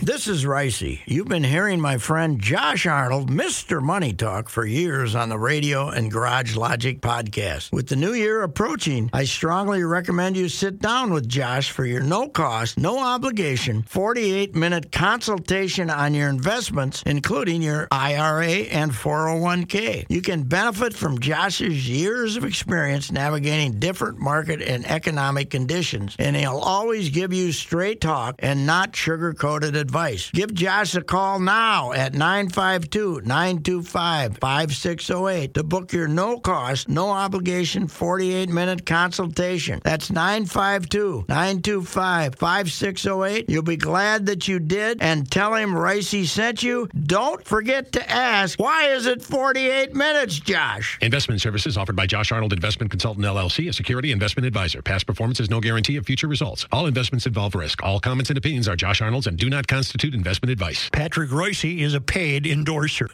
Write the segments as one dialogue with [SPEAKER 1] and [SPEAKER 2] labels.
[SPEAKER 1] This is Ricey. You've been hearing my friend Josh Arnold, Mr. Money Talk, for years on the radio and Garage Logic podcast. With the new year approaching, I strongly recommend you sit down with Josh for your no cost, no obligation, 48 minute consultation on your investments, including your IRA and 401k. You can benefit from Josh's years of experience navigating different market and economic conditions, and he'll always give you straight talk and not sugar coated advice. Give Josh a call now at 952 925 5608 to book your no cost, no obligation 48 minute consultation. That's 952 925 5608. You'll be glad that you did and tell him Ricey sent you. Don't forget to ask, why is it 48 minutes, Josh?
[SPEAKER 2] Investment services offered by Josh Arnold Investment Consultant LLC, a security investment advisor. Past performance is no guarantee of future results. All investments involve risk. All comments and opinions are Josh Arnold's and do not constitute investment advice.
[SPEAKER 3] Patrick Royce is a paid endorser.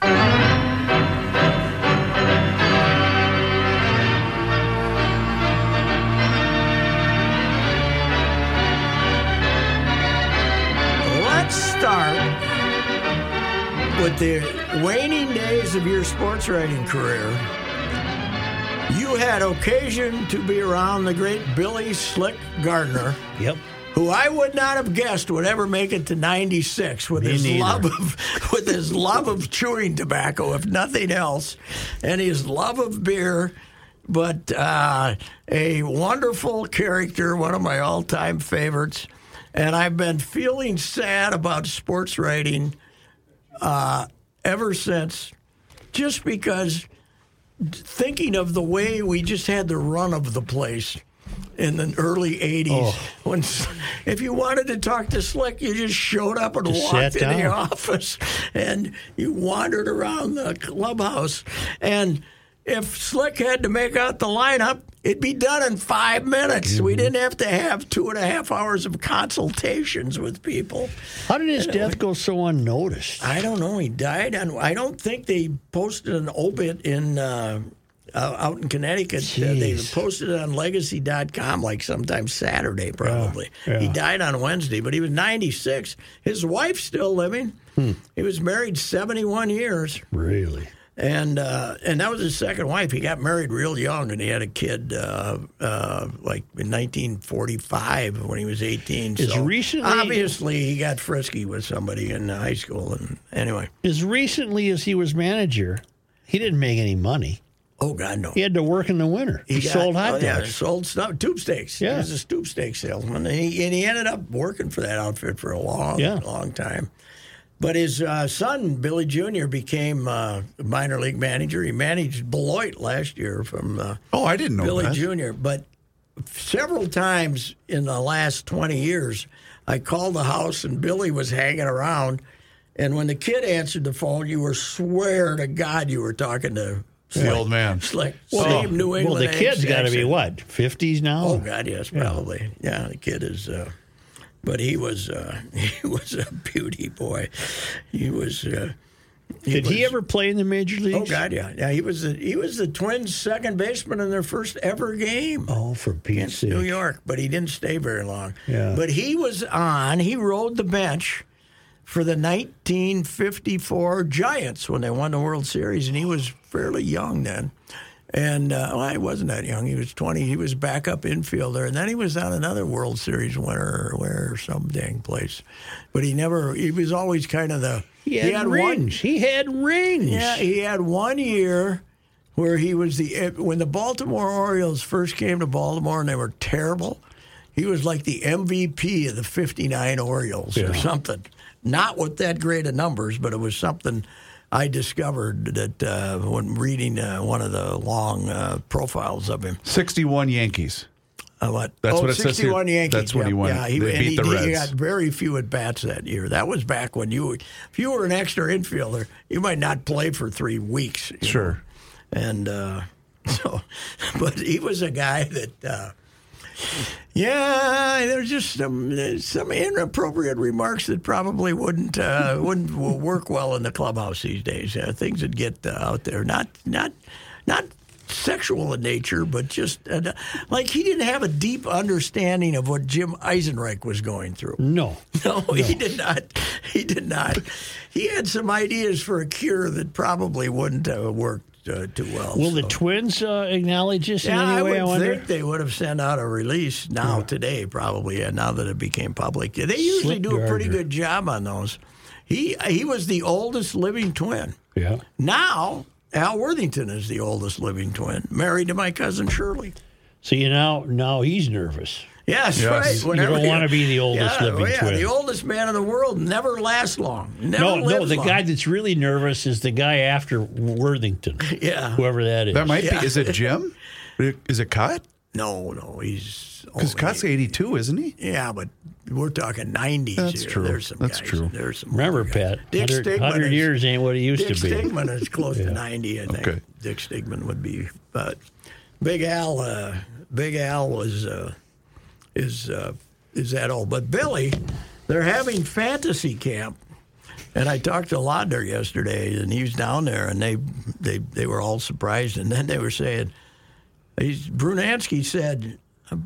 [SPEAKER 1] Let's start with the waning days of your sports writing career. You had occasion to be around the great Billy Slick Gardner,
[SPEAKER 3] Yep.
[SPEAKER 1] who I would not have guessed would ever make it to 96 with
[SPEAKER 3] Me
[SPEAKER 1] his
[SPEAKER 3] neither.
[SPEAKER 1] love of with his love of chewing tobacco, if nothing else, and his love of beer. But uh, a wonderful character, one of my all-time favorites, and I've been feeling sad about sports writing uh, ever since, just because thinking of the way we just had the run of the place in the early 80s
[SPEAKER 3] Oh.
[SPEAKER 1] when s- if you wanted to talk to slick you just showed up and
[SPEAKER 3] Just
[SPEAKER 1] walked
[SPEAKER 3] sat
[SPEAKER 1] in the
[SPEAKER 3] down.
[SPEAKER 1] office and you wandered around the clubhouse and if slick had to make out the lineup it'd be done in five minutes
[SPEAKER 3] Mm-hmm.
[SPEAKER 1] we didn't have to have two and a half hours of consultations with people
[SPEAKER 3] How did his death go so unnoticed?
[SPEAKER 1] I don't know. He died on. I don't think they posted an obit in uh, uh, out in Connecticut. Uh, they
[SPEAKER 3] Jeez.
[SPEAKER 1] posted it on legacy.com like sometime Saturday, probably.
[SPEAKER 3] yeah.
[SPEAKER 1] He died on Wednesday, but he was 96. His wife's still living.
[SPEAKER 3] Hmm.
[SPEAKER 1] He was married 71 years,
[SPEAKER 3] Really?
[SPEAKER 1] and uh, and that was his second wife. He got married real young, and he had a kid uh, uh, like in 1945 when he was 18.
[SPEAKER 3] Is
[SPEAKER 1] so
[SPEAKER 3] recently-
[SPEAKER 1] obviously he got frisky with somebody in high school, and anyway.
[SPEAKER 3] As recently as he was manager, he didn't make any money.
[SPEAKER 1] Oh God, no.
[SPEAKER 3] He had to work in the winter. He,
[SPEAKER 1] got-
[SPEAKER 3] sold hot
[SPEAKER 1] oh,
[SPEAKER 3] dogs.
[SPEAKER 1] yeah, sold stuff, tube steaks. He
[SPEAKER 3] Yeah.
[SPEAKER 1] was a tube steak salesman, and he, and he ended up working for that outfit for a long,
[SPEAKER 3] Yeah.
[SPEAKER 1] long time. But his uh, son Billy Jr. became uh, minor league manager. He managed Beloit last year from uh,
[SPEAKER 4] Oh, I didn't know
[SPEAKER 1] Billy
[SPEAKER 4] that.
[SPEAKER 1] Jr. But several times in the last 20 years, I called the house and Billy was hanging around. And when the kid answered the phone, you were swear to God you were talking to
[SPEAKER 4] The old man.
[SPEAKER 1] Slick.
[SPEAKER 3] Well,
[SPEAKER 1] Same New England.
[SPEAKER 3] well, the kid's got to be
[SPEAKER 1] accent.
[SPEAKER 3] what, 50s now?
[SPEAKER 1] Oh God, yes, probably. Yeah, the kid is. Uh, but he was uh, he was a beauty boy. He was. Uh,
[SPEAKER 3] Did he
[SPEAKER 1] was-
[SPEAKER 3] ever play in the major leagues?
[SPEAKER 1] Oh God, yeah, yeah. He was the, he was the Twins' second baseman in their first ever game
[SPEAKER 3] Oh, for Pete's
[SPEAKER 1] against
[SPEAKER 3] sake.
[SPEAKER 1] New York, but he didn't stay very long.
[SPEAKER 3] Yeah.
[SPEAKER 1] But he was on. He rode the bench for the 1954 Giants when they won the World Series, and he was fairly young then. And uh, well, he wasn't that young. He was 20. He was backup infielder. And then he was on another World Series winner or where or some dang place. But he never, he was always kind of the.
[SPEAKER 3] He had,
[SPEAKER 1] one.
[SPEAKER 3] rings. He had rings.
[SPEAKER 1] Yeah, he had one year where he was the eh, when the Baltimore Orioles first came to Baltimore and they were terrible. He was like the MVP of the '59 Orioles or something. Not with that great of numbers, but it was something I discovered that uh, when reading uh, one of the long uh, profiles of him.
[SPEAKER 4] 61 Yankees.
[SPEAKER 1] I went,
[SPEAKER 4] That's
[SPEAKER 1] oh,
[SPEAKER 4] what it says here.
[SPEAKER 1] 61 Yankees.
[SPEAKER 4] That's what he
[SPEAKER 1] Yep.
[SPEAKER 4] won.
[SPEAKER 1] Yeah, he,
[SPEAKER 4] They
[SPEAKER 1] and
[SPEAKER 4] beat
[SPEAKER 1] he,
[SPEAKER 4] the
[SPEAKER 1] he
[SPEAKER 4] Reds.
[SPEAKER 1] got very few at bats that year. That was back when you, if you were an extra infielder, you might not play for three weeks. you know.
[SPEAKER 4] Sure.
[SPEAKER 1] And uh, so, but he was a guy that, uh, yeah, there's just some some inappropriate remarks that probably wouldn't uh, wouldn't w- work well in the clubhouse these days. Uh, things that get uh, out there, not not not sexual in nature, but just uh, like he didn't have a deep understanding of what Jim Eisenreich was going through.
[SPEAKER 3] No.
[SPEAKER 1] No, he did not. He did not. He had some ideas for a cure that probably wouldn't have worked uh, too well.
[SPEAKER 3] Will
[SPEAKER 1] so.
[SPEAKER 3] the twins uh, acknowledge this in
[SPEAKER 1] Yeah,
[SPEAKER 3] any
[SPEAKER 1] I
[SPEAKER 3] way?
[SPEAKER 1] would
[SPEAKER 3] I wonder.
[SPEAKER 1] think they would have sent out a release now today, probably. And now that it became public, they usually
[SPEAKER 3] Slip
[SPEAKER 1] do a pretty
[SPEAKER 3] yarder.
[SPEAKER 1] good job on those. He he was the oldest living twin.
[SPEAKER 3] Yeah.
[SPEAKER 1] Now Al Worthington is the oldest living twin, married to my cousin Shirley.
[SPEAKER 3] So you now now he's nervous.
[SPEAKER 1] Yes,
[SPEAKER 4] Yes. You
[SPEAKER 1] right.
[SPEAKER 4] don't
[SPEAKER 3] wanna be the oldest
[SPEAKER 1] yeah,
[SPEAKER 3] living
[SPEAKER 1] yeah,
[SPEAKER 3] twin.
[SPEAKER 1] The oldest man in the world never lasts long. Never
[SPEAKER 3] No, no,
[SPEAKER 1] lives
[SPEAKER 3] the
[SPEAKER 1] long.
[SPEAKER 3] guy that's really nervous is the guy after Worthington,
[SPEAKER 1] Yeah.
[SPEAKER 3] whoever that is.
[SPEAKER 4] That might
[SPEAKER 1] Yeah.
[SPEAKER 4] be. Is it Jim? Is it Cott?
[SPEAKER 1] No, no, he's
[SPEAKER 4] Because
[SPEAKER 1] only-
[SPEAKER 4] Cott's 82, isn't he?
[SPEAKER 1] Yeah, but we're talking nineties.
[SPEAKER 4] That's
[SPEAKER 1] here.
[SPEAKER 4] true.
[SPEAKER 1] There's some
[SPEAKER 4] That's
[SPEAKER 1] guys-
[SPEAKER 4] true.
[SPEAKER 1] There's some
[SPEAKER 3] Remember,
[SPEAKER 1] guys.
[SPEAKER 3] Pat,
[SPEAKER 1] Dick
[SPEAKER 3] 100,
[SPEAKER 1] Stigman
[SPEAKER 3] 100
[SPEAKER 1] is-
[SPEAKER 3] years ain't what it used
[SPEAKER 1] Dick
[SPEAKER 3] to be.
[SPEAKER 1] Stigman is close to ninety, I think.
[SPEAKER 4] Okay.
[SPEAKER 1] Dick Stigman would be, but Big Al, uh, Big Al was uh, is uh, is that old? But Billy, they're having fantasy camp, and I talked to Lauder yesterday, and he was down there, and they they they were all surprised, and then they were saying, he's, Brunansky said.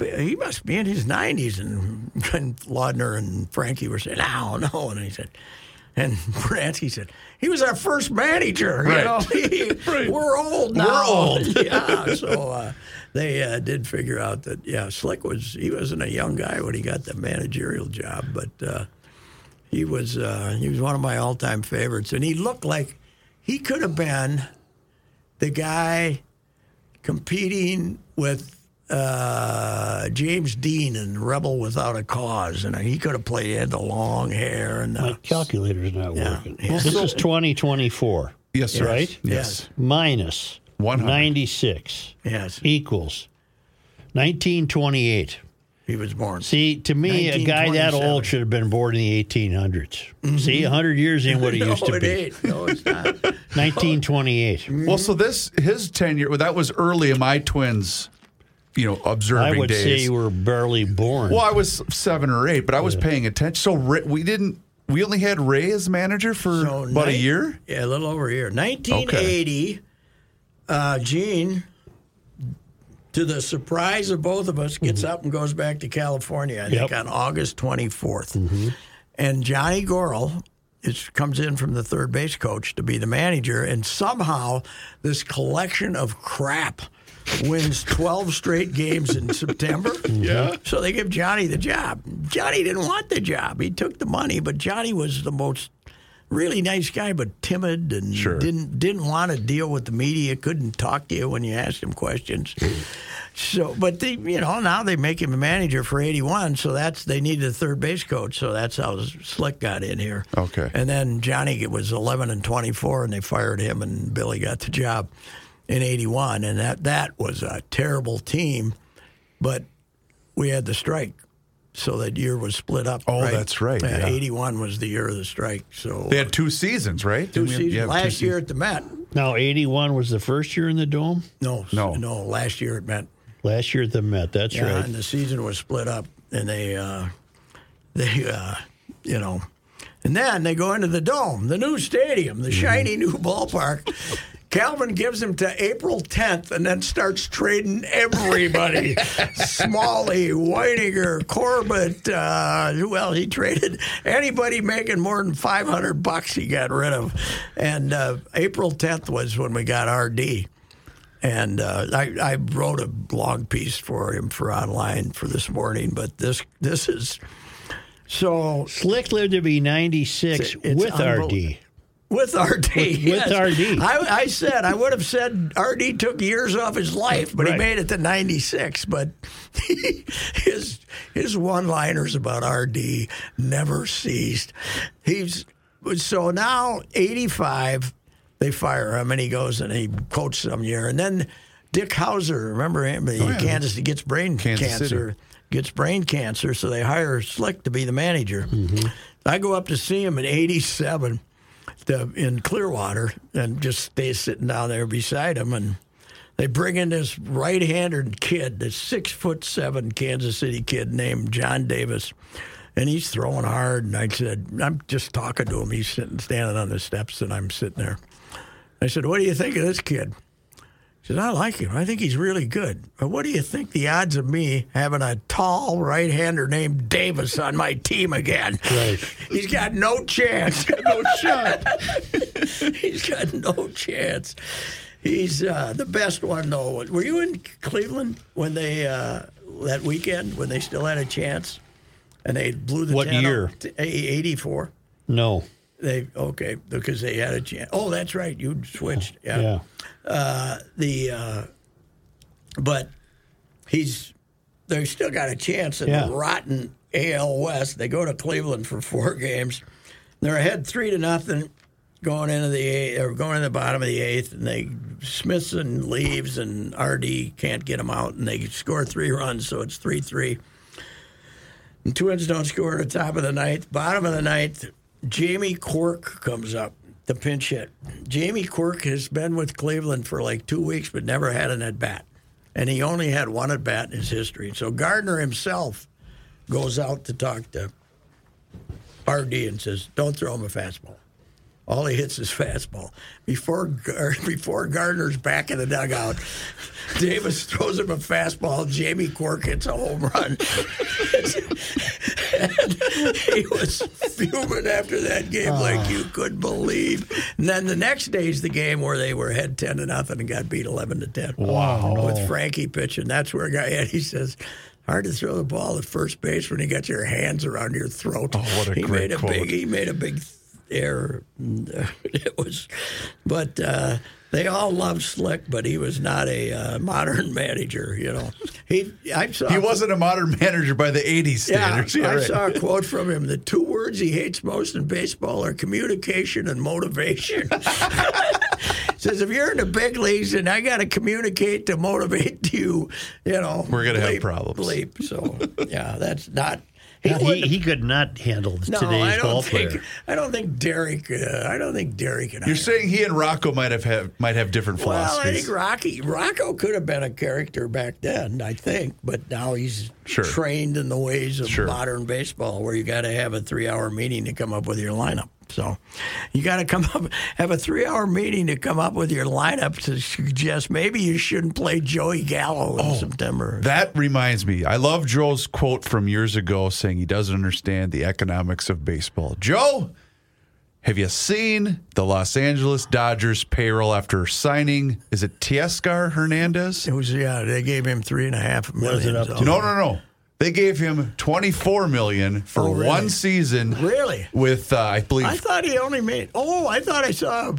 [SPEAKER 1] He must be in his 90s. And, and Laudner and Frankie were saying, no, no. And he said, and Bransky said, he was our first manager. You
[SPEAKER 4] Right.
[SPEAKER 1] know?
[SPEAKER 4] Right.
[SPEAKER 1] We're old now.
[SPEAKER 4] old.
[SPEAKER 1] Oh, yeah. So uh, they uh, did figure out that, yeah, Slick was, he wasn't a young guy when he got the managerial job, but uh, he was uh, he was one of my all time favorites. And he looked like he could have been the guy competing with uh, James Dean in Rebel Without a Cause, and he could have played. He had the long hair and
[SPEAKER 3] My
[SPEAKER 1] the,
[SPEAKER 3] calculator's not
[SPEAKER 1] Yeah.
[SPEAKER 3] working.
[SPEAKER 1] Yeah.
[SPEAKER 3] This is 2024
[SPEAKER 4] Yes, sir.
[SPEAKER 3] Right?
[SPEAKER 4] Yes.
[SPEAKER 3] minus
[SPEAKER 4] 100.
[SPEAKER 3] 96
[SPEAKER 1] yes,
[SPEAKER 3] equals 1928.
[SPEAKER 1] he was born.
[SPEAKER 3] See, to me, a guy that
[SPEAKER 1] 1927.
[SPEAKER 3] old should have been born in the 1800s. See, 100 years ain't what it
[SPEAKER 1] Mm-hmm. no,
[SPEAKER 3] used to
[SPEAKER 1] it
[SPEAKER 3] be.
[SPEAKER 1] ain't. No, it's not.
[SPEAKER 3] 1928.
[SPEAKER 4] Well, so this his tenure. Well, that was early in my twins, you know,
[SPEAKER 3] I
[SPEAKER 4] observing
[SPEAKER 3] would
[SPEAKER 4] days.
[SPEAKER 3] say you were barely born.
[SPEAKER 4] well, I was seven or eight, but I was paying attention. So Ray, we didn't. We only had Ray as manager for
[SPEAKER 1] So
[SPEAKER 4] about a
[SPEAKER 1] nine-
[SPEAKER 4] year.
[SPEAKER 1] Yeah, a little over a year. 1980, uh, Gene, to the surprise of both of us, gets
[SPEAKER 4] Mm-hmm.
[SPEAKER 1] up and goes back to California, I think, on
[SPEAKER 3] Yep.
[SPEAKER 1] August 24th.
[SPEAKER 4] Mm-hmm.
[SPEAKER 1] And Johnny Gorel is, comes in from the third base coach to be the manager. And somehow, this collection of crap wins 12 straight games in September.
[SPEAKER 4] Mm-hmm.
[SPEAKER 1] Yeah. So they give Johnny the job. Johnny didn't want the job. He took the money, but Johnny was the most really nice guy, but timid and didn't didn't want to deal with the media. Couldn't talk to you when you asked him questions.
[SPEAKER 4] Mm-hmm.
[SPEAKER 1] so, but they, you know, now they make him a manager for '81. So that's they needed a third base coach. So that's how Slick got in here.
[SPEAKER 4] Okay.
[SPEAKER 1] And then Johnny was 11 and 24, and they fired him, and Billy got the job in '81. And that that was a terrible team, but we had the strike. So that year was split up.
[SPEAKER 4] Oh, that's right, yeah.
[SPEAKER 1] Eighty-one was the year of the strike. So
[SPEAKER 4] They had two seasons, right?
[SPEAKER 1] two
[SPEAKER 4] Didn't we have-
[SPEAKER 1] seasons.
[SPEAKER 4] yeah, two
[SPEAKER 1] last
[SPEAKER 4] seasons.
[SPEAKER 1] year at the Met.
[SPEAKER 3] Now, 81 was the first year in the Dome?
[SPEAKER 1] No, s-
[SPEAKER 4] No.
[SPEAKER 1] no. Last year at Met.
[SPEAKER 3] Last year at the Met, that's
[SPEAKER 1] Yeah,
[SPEAKER 3] right.
[SPEAKER 1] and the season was split up, and they, uh, they, uh, you know, and then they go into the dome, the new stadium,
[SPEAKER 3] Mm-hmm.
[SPEAKER 1] the shiny new ballpark. Calvin gives him to April 10th and then starts trading everybody. Smalley, Whitinger, Corbett. Uh, well, he traded anybody making more than 500 bucks he got rid of. And uh, April 10th was when we got RD. And uh, I, I wrote a blog piece for him for online for this morning, but this this is so
[SPEAKER 3] Slick lived to be 96
[SPEAKER 1] It's- it's
[SPEAKER 3] with
[SPEAKER 1] unbel-
[SPEAKER 3] RD.
[SPEAKER 1] with RD. With,
[SPEAKER 3] RD.
[SPEAKER 1] I, I said I would have said RD took years off his life, but he
[SPEAKER 3] Right.
[SPEAKER 1] made it to '96. But his his one-liners about RD never ceased. He's so now 85. They fire him, and he goes and he coaches some year, and then Dick Hauser. Remember him? Kansas he gets brain
[SPEAKER 4] Kansas City.
[SPEAKER 1] cancer gets brain cancer, so they hire Slick to be the manager. I go up to see him in '87 to, in Clearwater and just stay sitting down there beside him. And they bring in this right handed kid, this six foot seven Kansas City kid named John Davis. And he's throwing hard. And I said, I'm just talking to him. He's sitting, standing on the steps, and I'm sitting there. I said, What do you think of this kid? He said, I like him. I think he's really good. But what do you think the odds of me having a tall right hander named Davis on my team again?
[SPEAKER 3] Right.
[SPEAKER 1] He's got no chance. no shot. He's got no chance. He's uh, the best one though. Were you in Cleveland when they uh, that weekend when they still had a chance and they blew the
[SPEAKER 3] What
[SPEAKER 1] channel?
[SPEAKER 3] year?
[SPEAKER 1] Eighty four.
[SPEAKER 3] No.
[SPEAKER 1] They okay because they had a chance. Oh, that's right. You switched.
[SPEAKER 3] Yeah.
[SPEAKER 1] the uh, but he's they still got a chance in
[SPEAKER 3] Yeah.
[SPEAKER 1] the rotten AL West. They go to Cleveland for four games. They're ahead three to nothing going into the eighth, or going to the bottom of the eighth, and they Smithson leaves and RD can't get him out, and they score three runs, so it's three three. And Twins don't score at the top of the ninth. Bottom of the ninth, Jamie Quirk comes up to pinch hit. Jamie Quirk has been with Cleveland for like two weeks, but never had an at bat. And he only had one at bat in his history. So Gardner himself goes out to talk to RD and says, Don't throw him a fastball. All he hits is fastball. Before Gar- before Gardner's back in the dugout, Davis throws him a fastball. Jamie Quirk hits a home run. and he was fuming after that game
[SPEAKER 4] Ah.
[SPEAKER 1] like you could believe. And then the next day's the game where they were head ten to nothing and got beat eleven to ten. Wow! With Frankie pitching, that's where guy and he says. Hard to throw the ball at first base when you got your hands around your throat. Oh,
[SPEAKER 4] what a
[SPEAKER 1] he
[SPEAKER 4] great
[SPEAKER 1] made a
[SPEAKER 4] quote.
[SPEAKER 1] big he made a big error. It was, but uh, they all loved Slick, but he was not a uh, modern manager. You know, he I saw
[SPEAKER 4] He wasn't a modern manager by the 80s standards.
[SPEAKER 1] yeah,
[SPEAKER 4] Yeah,
[SPEAKER 1] I
[SPEAKER 4] right.
[SPEAKER 1] saw a quote from him. The two words he hates most in baseball are communication and motivation. Says if you're in the big leagues and I got to communicate to motivate you, you know
[SPEAKER 4] We're gonna have
[SPEAKER 1] bleep,
[SPEAKER 4] problems.
[SPEAKER 1] Bleep. So yeah, that's not.
[SPEAKER 3] He, he,
[SPEAKER 1] wouldn't-
[SPEAKER 3] could not handle
[SPEAKER 1] no,
[SPEAKER 3] today's
[SPEAKER 1] I don't
[SPEAKER 3] ball
[SPEAKER 1] think.
[SPEAKER 3] player.
[SPEAKER 1] I don't think Derek. Uh, I don't think Derek and I.
[SPEAKER 4] You're saying he and Rocco might have, have might have different
[SPEAKER 1] well, I
[SPEAKER 4] philosophies.
[SPEAKER 1] think Rocky Rocco could have been a character back then, I think, but now he's
[SPEAKER 4] Sure.
[SPEAKER 1] trained in the ways of
[SPEAKER 4] Sure.
[SPEAKER 1] modern baseball, where you got to have a three-hour meeting to come up with your lineup. So, you got to come up have a three-hour meeting to come up with your lineup to suggest maybe you shouldn't play Joey Gallo in September.
[SPEAKER 4] that reminds me. I love Joe's quote from years ago saying he doesn't understand the economics of baseball. Joe, have you seen the Los Angeles Dodgers payroll after signing? Is it Tiescar Hernandez?
[SPEAKER 1] it was yeah. They gave him three and a half million.
[SPEAKER 3] it up
[SPEAKER 1] so-
[SPEAKER 3] to?
[SPEAKER 4] No, no, no. They gave him 24 million for
[SPEAKER 1] Oh, really?
[SPEAKER 4] one season.
[SPEAKER 1] Really?
[SPEAKER 4] With uh, I believe
[SPEAKER 1] I thought he only made. Oh, I thought I saw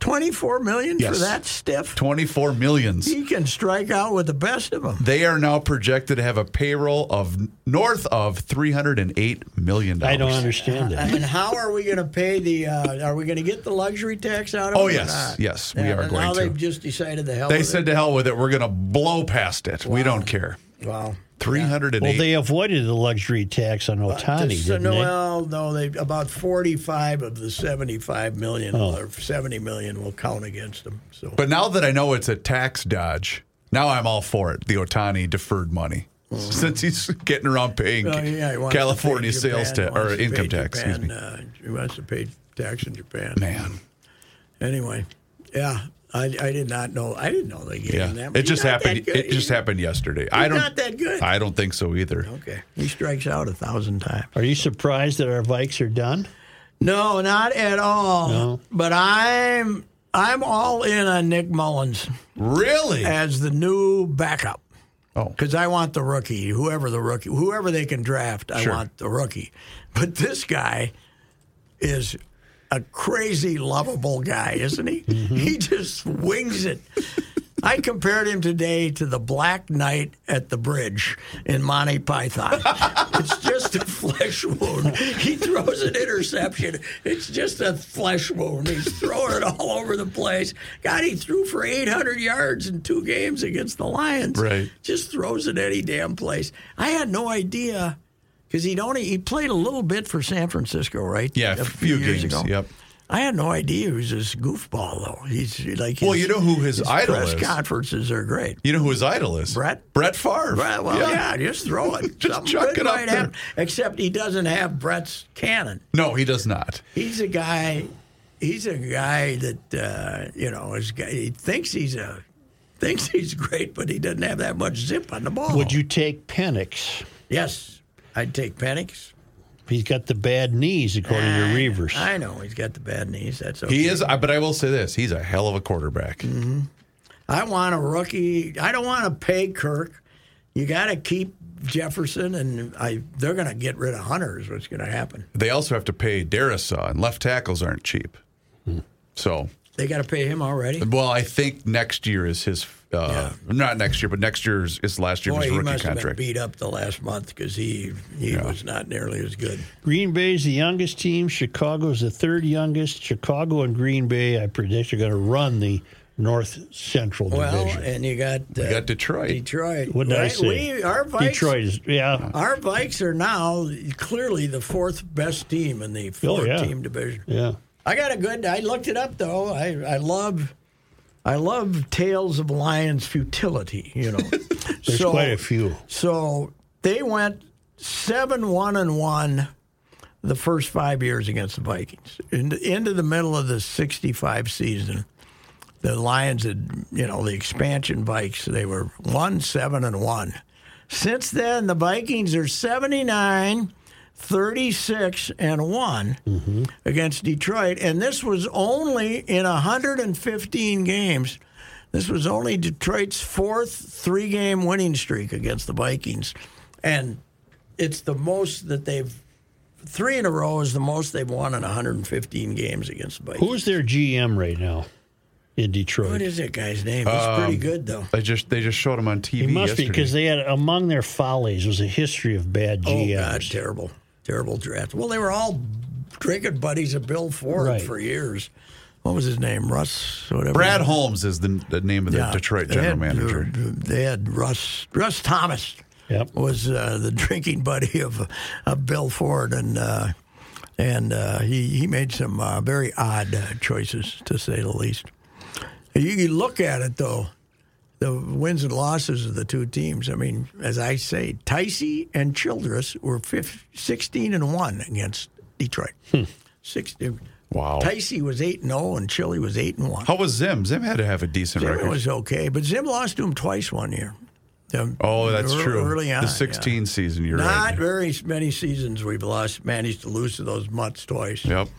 [SPEAKER 1] twenty-four million
[SPEAKER 4] Yes.
[SPEAKER 1] for that stiff.
[SPEAKER 4] 24 millions.
[SPEAKER 1] He can strike out with the best of them.
[SPEAKER 4] They are now projected to have a payroll of north of 308 million dollars.
[SPEAKER 3] I don't understand it.
[SPEAKER 1] And how are we going to pay the? Uh, are we going to get the luxury tax out of
[SPEAKER 4] Oh,
[SPEAKER 1] it? or
[SPEAKER 4] yes.
[SPEAKER 1] not?
[SPEAKER 4] Yes, we
[SPEAKER 1] Yeah,
[SPEAKER 4] are
[SPEAKER 1] and
[SPEAKER 4] going
[SPEAKER 1] now
[SPEAKER 4] to.
[SPEAKER 1] they've just decided the hell.
[SPEAKER 4] They
[SPEAKER 1] with
[SPEAKER 4] said to hell with it. We're going to blow past it. We don't care.
[SPEAKER 1] it. "Wow."
[SPEAKER 4] 308.
[SPEAKER 3] Well, they avoided the luxury tax on Otani,
[SPEAKER 1] Uh, Just-
[SPEAKER 3] didn't
[SPEAKER 1] no,
[SPEAKER 3] they?
[SPEAKER 1] well, no, they about forty-five of the seventy-five million
[SPEAKER 3] Oh.
[SPEAKER 1] or seventy million will count against them. So
[SPEAKER 4] but now that I know it's a tax dodge, now I'm all for it. The Otani deferred money. Since he's getting around paying
[SPEAKER 1] Oh, Mm-hmm. yeah, he wants to
[SPEAKER 4] California
[SPEAKER 1] pay
[SPEAKER 4] sales
[SPEAKER 1] Japan,
[SPEAKER 4] tax or
[SPEAKER 1] wants to
[SPEAKER 4] income
[SPEAKER 1] pay
[SPEAKER 4] tax, excuse
[SPEAKER 1] Japan,
[SPEAKER 4] me.
[SPEAKER 1] Uh, he wants to pay tax in Japan.
[SPEAKER 4] Man.
[SPEAKER 1] Anyway, yeah, I, I did not know. I didn't know they gave him
[SPEAKER 4] Yeah.
[SPEAKER 1] that.
[SPEAKER 4] It just
[SPEAKER 1] He's not that
[SPEAKER 4] happened
[SPEAKER 1] good.
[SPEAKER 4] it just
[SPEAKER 1] He's-
[SPEAKER 4] happened yesterday. I don't
[SPEAKER 1] not that good.
[SPEAKER 4] I don't think so either.
[SPEAKER 1] Okay, he strikes out a thousand times.
[SPEAKER 3] Are you surprised that our Vikes are done?
[SPEAKER 1] No, not at all.
[SPEAKER 3] No?
[SPEAKER 1] But I'm I'm all in on Nick Mullins
[SPEAKER 4] Really?
[SPEAKER 1] as the new backup.
[SPEAKER 4] Oh.
[SPEAKER 1] Because I want the rookie, whoever the rookie, whoever they can draft, I want the rookie. But this guy is a crazy lovable guy, isn't he? He just wings it. I compared him today to the Black Knight at the bridge in Monty Python. it's just a flesh wound. He throws an interception. It's just a flesh wound. He's throwing it all over the place. God, he threw for 800 yards in two games against the Lions.
[SPEAKER 4] Right.
[SPEAKER 1] Just throws it any damn place. I had no idea because he'd only he played a little bit for San Francisco, right?
[SPEAKER 4] Yeah, a few
[SPEAKER 1] years
[SPEAKER 4] games, yep.
[SPEAKER 1] I had no idea he was this goofball though. He's like
[SPEAKER 4] Well, you know who his idol
[SPEAKER 1] press
[SPEAKER 4] is.
[SPEAKER 1] conferences are great.
[SPEAKER 4] You know who his idol is?
[SPEAKER 1] Brett?
[SPEAKER 4] Brett Favre.
[SPEAKER 1] Right, well, yeah. just throw it.
[SPEAKER 4] Just
[SPEAKER 1] Something
[SPEAKER 4] chuck
[SPEAKER 1] good
[SPEAKER 4] it up
[SPEAKER 1] might
[SPEAKER 4] there.
[SPEAKER 1] happen. Except he doesn't have Brett's cannon.
[SPEAKER 4] No, he does not.
[SPEAKER 1] He's a guy. He's a guy that uh, you know is. He thinks he's a thinks he's great, but he doesn't have that much zip on the ball.
[SPEAKER 3] Would you take Penix?
[SPEAKER 1] Yes, I'd take Penix.
[SPEAKER 3] He's got the bad knees, according to Reavers.
[SPEAKER 1] I know he's got the bad knees. That's okay.
[SPEAKER 4] He is, I- but I will say this: he's a hell of a quarterback.
[SPEAKER 1] I want a rookie. I don't want to pay Kirk. You got to keep Jefferson, and I they're going to get rid of Hunter. Is what's going to happen.
[SPEAKER 4] They also have to pay Darisaw, and left tackles aren't cheap.
[SPEAKER 1] Hmm.
[SPEAKER 4] So,
[SPEAKER 1] They got to pay him already.
[SPEAKER 4] well, I think next year is his. Uh, Not next year, but next year's is last year's
[SPEAKER 1] Boy, he
[SPEAKER 4] rookie
[SPEAKER 1] must have been
[SPEAKER 4] contract.
[SPEAKER 1] beat up the last month because he he was not nearly as good.
[SPEAKER 3] Green Bay's the youngest team. Chicago's the third youngest. Chicago and Green Bay, I predict, are going to run the North Central
[SPEAKER 1] Well,
[SPEAKER 3] Division.
[SPEAKER 1] and you got uh,
[SPEAKER 4] got Detroit.
[SPEAKER 1] Detroit.
[SPEAKER 3] What did I
[SPEAKER 1] Right?
[SPEAKER 3] say?
[SPEAKER 1] We, our Vikes,
[SPEAKER 3] Detroit is, yeah.
[SPEAKER 1] Our Vikes are now clearly the fourth best team in the fourth
[SPEAKER 3] Oh, yeah.
[SPEAKER 1] team division.
[SPEAKER 3] Yeah.
[SPEAKER 1] I got a good. I looked it up though. I I love, I love tales of lions futility. You know,
[SPEAKER 3] There's
[SPEAKER 1] So-
[SPEAKER 3] quite a few.
[SPEAKER 1] So they went seven one and one the first five years against the Vikings. In the, into the middle of the sixty five season, the Lions had you know the expansion Vikes. They were one seven and one. Since then, the Vikings are 79, 36, and one
[SPEAKER 3] Mm-hmm.
[SPEAKER 1] against Detroit. And this was only in 115 games. This was only Detroit's fourth three game winning streak against the Vikings. And it's the most that they've, three in a row is the most they've won in 115 games against the Vikings.
[SPEAKER 3] Who's their GM right now in
[SPEAKER 1] What
[SPEAKER 3] Detroit?
[SPEAKER 1] is that guy's name? He's pretty good, though.
[SPEAKER 4] They just they just showed him on TV
[SPEAKER 3] It must be
[SPEAKER 4] yesterday.
[SPEAKER 3] because they had among their follies was a history of bad
[SPEAKER 1] Oh,
[SPEAKER 3] GMs.
[SPEAKER 1] God, terrible, terrible draft. Well, they were all drinking buddies of Bill Ford
[SPEAKER 3] Right.
[SPEAKER 1] for years. What was his name? Russ, whatever.
[SPEAKER 4] Brad Holmes is the, the name of the
[SPEAKER 1] Yeah,
[SPEAKER 4] Detroit
[SPEAKER 1] they
[SPEAKER 4] general
[SPEAKER 1] had-
[SPEAKER 4] manager.
[SPEAKER 1] They had Russ, Russ Thomas
[SPEAKER 3] Yep.
[SPEAKER 1] was uh, the drinking buddy of, of Bill Ford, and uh, and uh, he he made some uh, very odd uh, choices to say the least. You, you look at it though, the wins and losses of the two teams. I mean, as I say, Ticey and Childress were fif 16 and one against Detroit. Sixteen.
[SPEAKER 4] Hmm. Wow.
[SPEAKER 1] Ticey was eight and zero, and Chili was eight and one.
[SPEAKER 4] How was Zim? Zim had to have a decent
[SPEAKER 1] Zim
[SPEAKER 4] record.
[SPEAKER 1] was okay, but Zim lost to him twice one year. Um,
[SPEAKER 4] oh, that's
[SPEAKER 1] ear-
[SPEAKER 4] true.
[SPEAKER 1] Early on,
[SPEAKER 4] the
[SPEAKER 1] yeah.
[SPEAKER 4] 16 season, you're
[SPEAKER 1] Not
[SPEAKER 4] right.
[SPEAKER 1] very many seasons we've lost, managed to lose to those mutts twice.
[SPEAKER 4] Yep.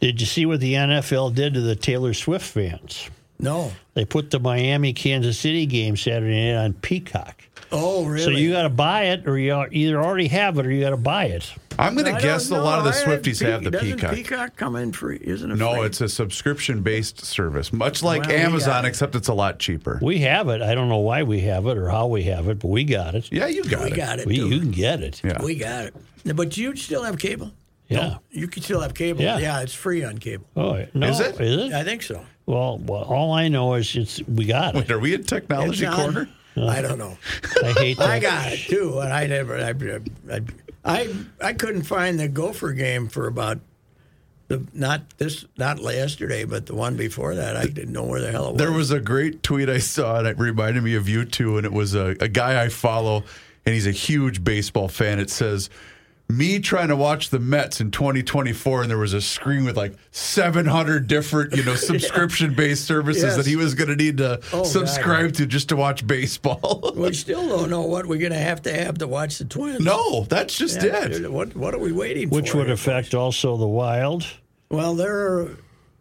[SPEAKER 3] Did you see what the NFL did to the Taylor Swift fans?
[SPEAKER 1] No.
[SPEAKER 3] They put the Miami Kansas City game Saturday night on Peacock.
[SPEAKER 1] Oh, really?
[SPEAKER 3] So you got to buy it, or you are- either already have it, or you got to buy it.
[SPEAKER 4] I'm going
[SPEAKER 1] I
[SPEAKER 4] to guess
[SPEAKER 1] don't
[SPEAKER 4] a lot of
[SPEAKER 1] know.
[SPEAKER 4] the
[SPEAKER 1] I had
[SPEAKER 4] Swifties
[SPEAKER 1] Pe-
[SPEAKER 4] have the
[SPEAKER 1] doesn't
[SPEAKER 4] Peacock.
[SPEAKER 1] Peacock come in free, isn't it?
[SPEAKER 4] No,
[SPEAKER 1] free?
[SPEAKER 4] it's a subscription based service, much like
[SPEAKER 1] Well, we got
[SPEAKER 4] Amazon,
[SPEAKER 1] it.
[SPEAKER 4] except it's a lot cheaper.
[SPEAKER 3] We have it. I don't know why we have it or how we have it, but we got it.
[SPEAKER 4] yeah, you got
[SPEAKER 1] we
[SPEAKER 4] it.
[SPEAKER 1] got it.
[SPEAKER 3] We,
[SPEAKER 1] dude.
[SPEAKER 3] you can get it.
[SPEAKER 4] Yeah.
[SPEAKER 1] We got it. But you still have cable.
[SPEAKER 3] Yeah.
[SPEAKER 1] You can still have cable.
[SPEAKER 3] Yeah.
[SPEAKER 1] it's free on cable.
[SPEAKER 3] Oh no,
[SPEAKER 4] Is it?
[SPEAKER 3] Is it?
[SPEAKER 1] I think so.
[SPEAKER 3] Well, well, all I know is it's we got
[SPEAKER 4] Wait,
[SPEAKER 3] it.
[SPEAKER 4] are we in
[SPEAKER 1] It's
[SPEAKER 4] technology
[SPEAKER 1] on-
[SPEAKER 4] corner?
[SPEAKER 1] I don't know.
[SPEAKER 3] I hate that.
[SPEAKER 1] I got it too, and I never. I, I, I, I couldn't find the Gopher game for about the not this not yesterday, but the one before that. I didn't know where the hell it was.
[SPEAKER 4] There was a great tweet I saw, and it reminded me of you two. And it was a, a guy I follow, and he's a huge baseball fan. It says, "Me trying to watch the Mets in 2024," and there was a screen with like 700 different, you know, subscription-based services
[SPEAKER 1] Yes. Oh,
[SPEAKER 4] that he was going to need to
[SPEAKER 1] God.
[SPEAKER 4] subscribe to just to watch baseball.
[SPEAKER 1] we still don't know what we're going to have to have to watch the Twins.
[SPEAKER 4] no, that's just
[SPEAKER 1] Yeah,
[SPEAKER 4] it.
[SPEAKER 1] What What are we waiting for?
[SPEAKER 3] Which would affect also the Wild.
[SPEAKER 1] Well, they're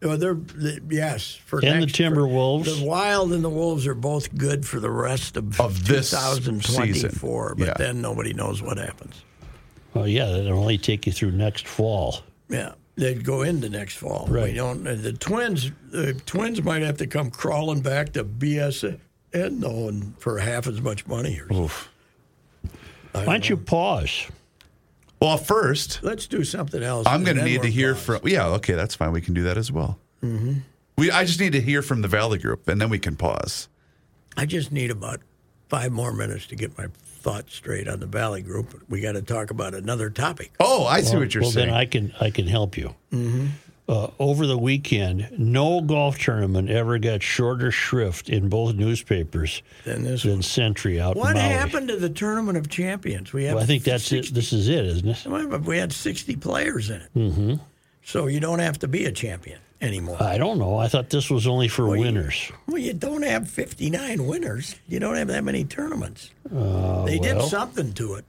[SPEAKER 1] Oh, they're they, yes for
[SPEAKER 3] And the
[SPEAKER 1] next- for-
[SPEAKER 3] Timberwolves.
[SPEAKER 1] the Wild and the Wolves are both good for the rest of,
[SPEAKER 4] Of this
[SPEAKER 1] 2024.
[SPEAKER 4] season.
[SPEAKER 1] But
[SPEAKER 4] Yeah.
[SPEAKER 1] then nobody knows what happens.
[SPEAKER 3] Well, yeah, that'll only take you through next fall.
[SPEAKER 1] Yeah, they'd go into next fall.
[SPEAKER 3] Right.
[SPEAKER 1] We don't. uh, The Twins. The Twins might have to come crawling back to BSN though, and for half as much money. Or something.
[SPEAKER 3] Why don't you pause?
[SPEAKER 4] Well, first,
[SPEAKER 1] Let's do something else.
[SPEAKER 4] I'm
[SPEAKER 1] and
[SPEAKER 4] going to
[SPEAKER 1] then
[SPEAKER 4] need to
[SPEAKER 1] we're
[SPEAKER 4] hear
[SPEAKER 1] paused.
[SPEAKER 4] from. Yeah, okay, that's fine. We can do that as well.
[SPEAKER 1] Mm-hmm.
[SPEAKER 4] We, I just need to hear from the Valley Group, and then we can pause.
[SPEAKER 1] I just need about five more minutes to get my thoughts straight on the Valley Group. We got to talk about another topic.
[SPEAKER 4] Oh, I see
[SPEAKER 3] Well-
[SPEAKER 4] what you're
[SPEAKER 3] well,
[SPEAKER 4] saying.
[SPEAKER 3] then I can I can help you.
[SPEAKER 1] Mm-hmm.
[SPEAKER 3] Uh, over the weekend, no golf tournament ever got shorter shrift in both newspapers
[SPEAKER 1] Then this.
[SPEAKER 3] than Century out in
[SPEAKER 1] What
[SPEAKER 3] Maui.
[SPEAKER 1] happened to the Tournament of Champions? We have.
[SPEAKER 3] Well, I think that's it. This is it, isn't it?
[SPEAKER 1] We had 60 players in it. Mm-hmm. So you don't have to be a champion anymore.
[SPEAKER 3] I don't know. I thought this was only for winners.
[SPEAKER 1] Well, you don't have 59 winners. You don't have that many tournaments. they did something to it.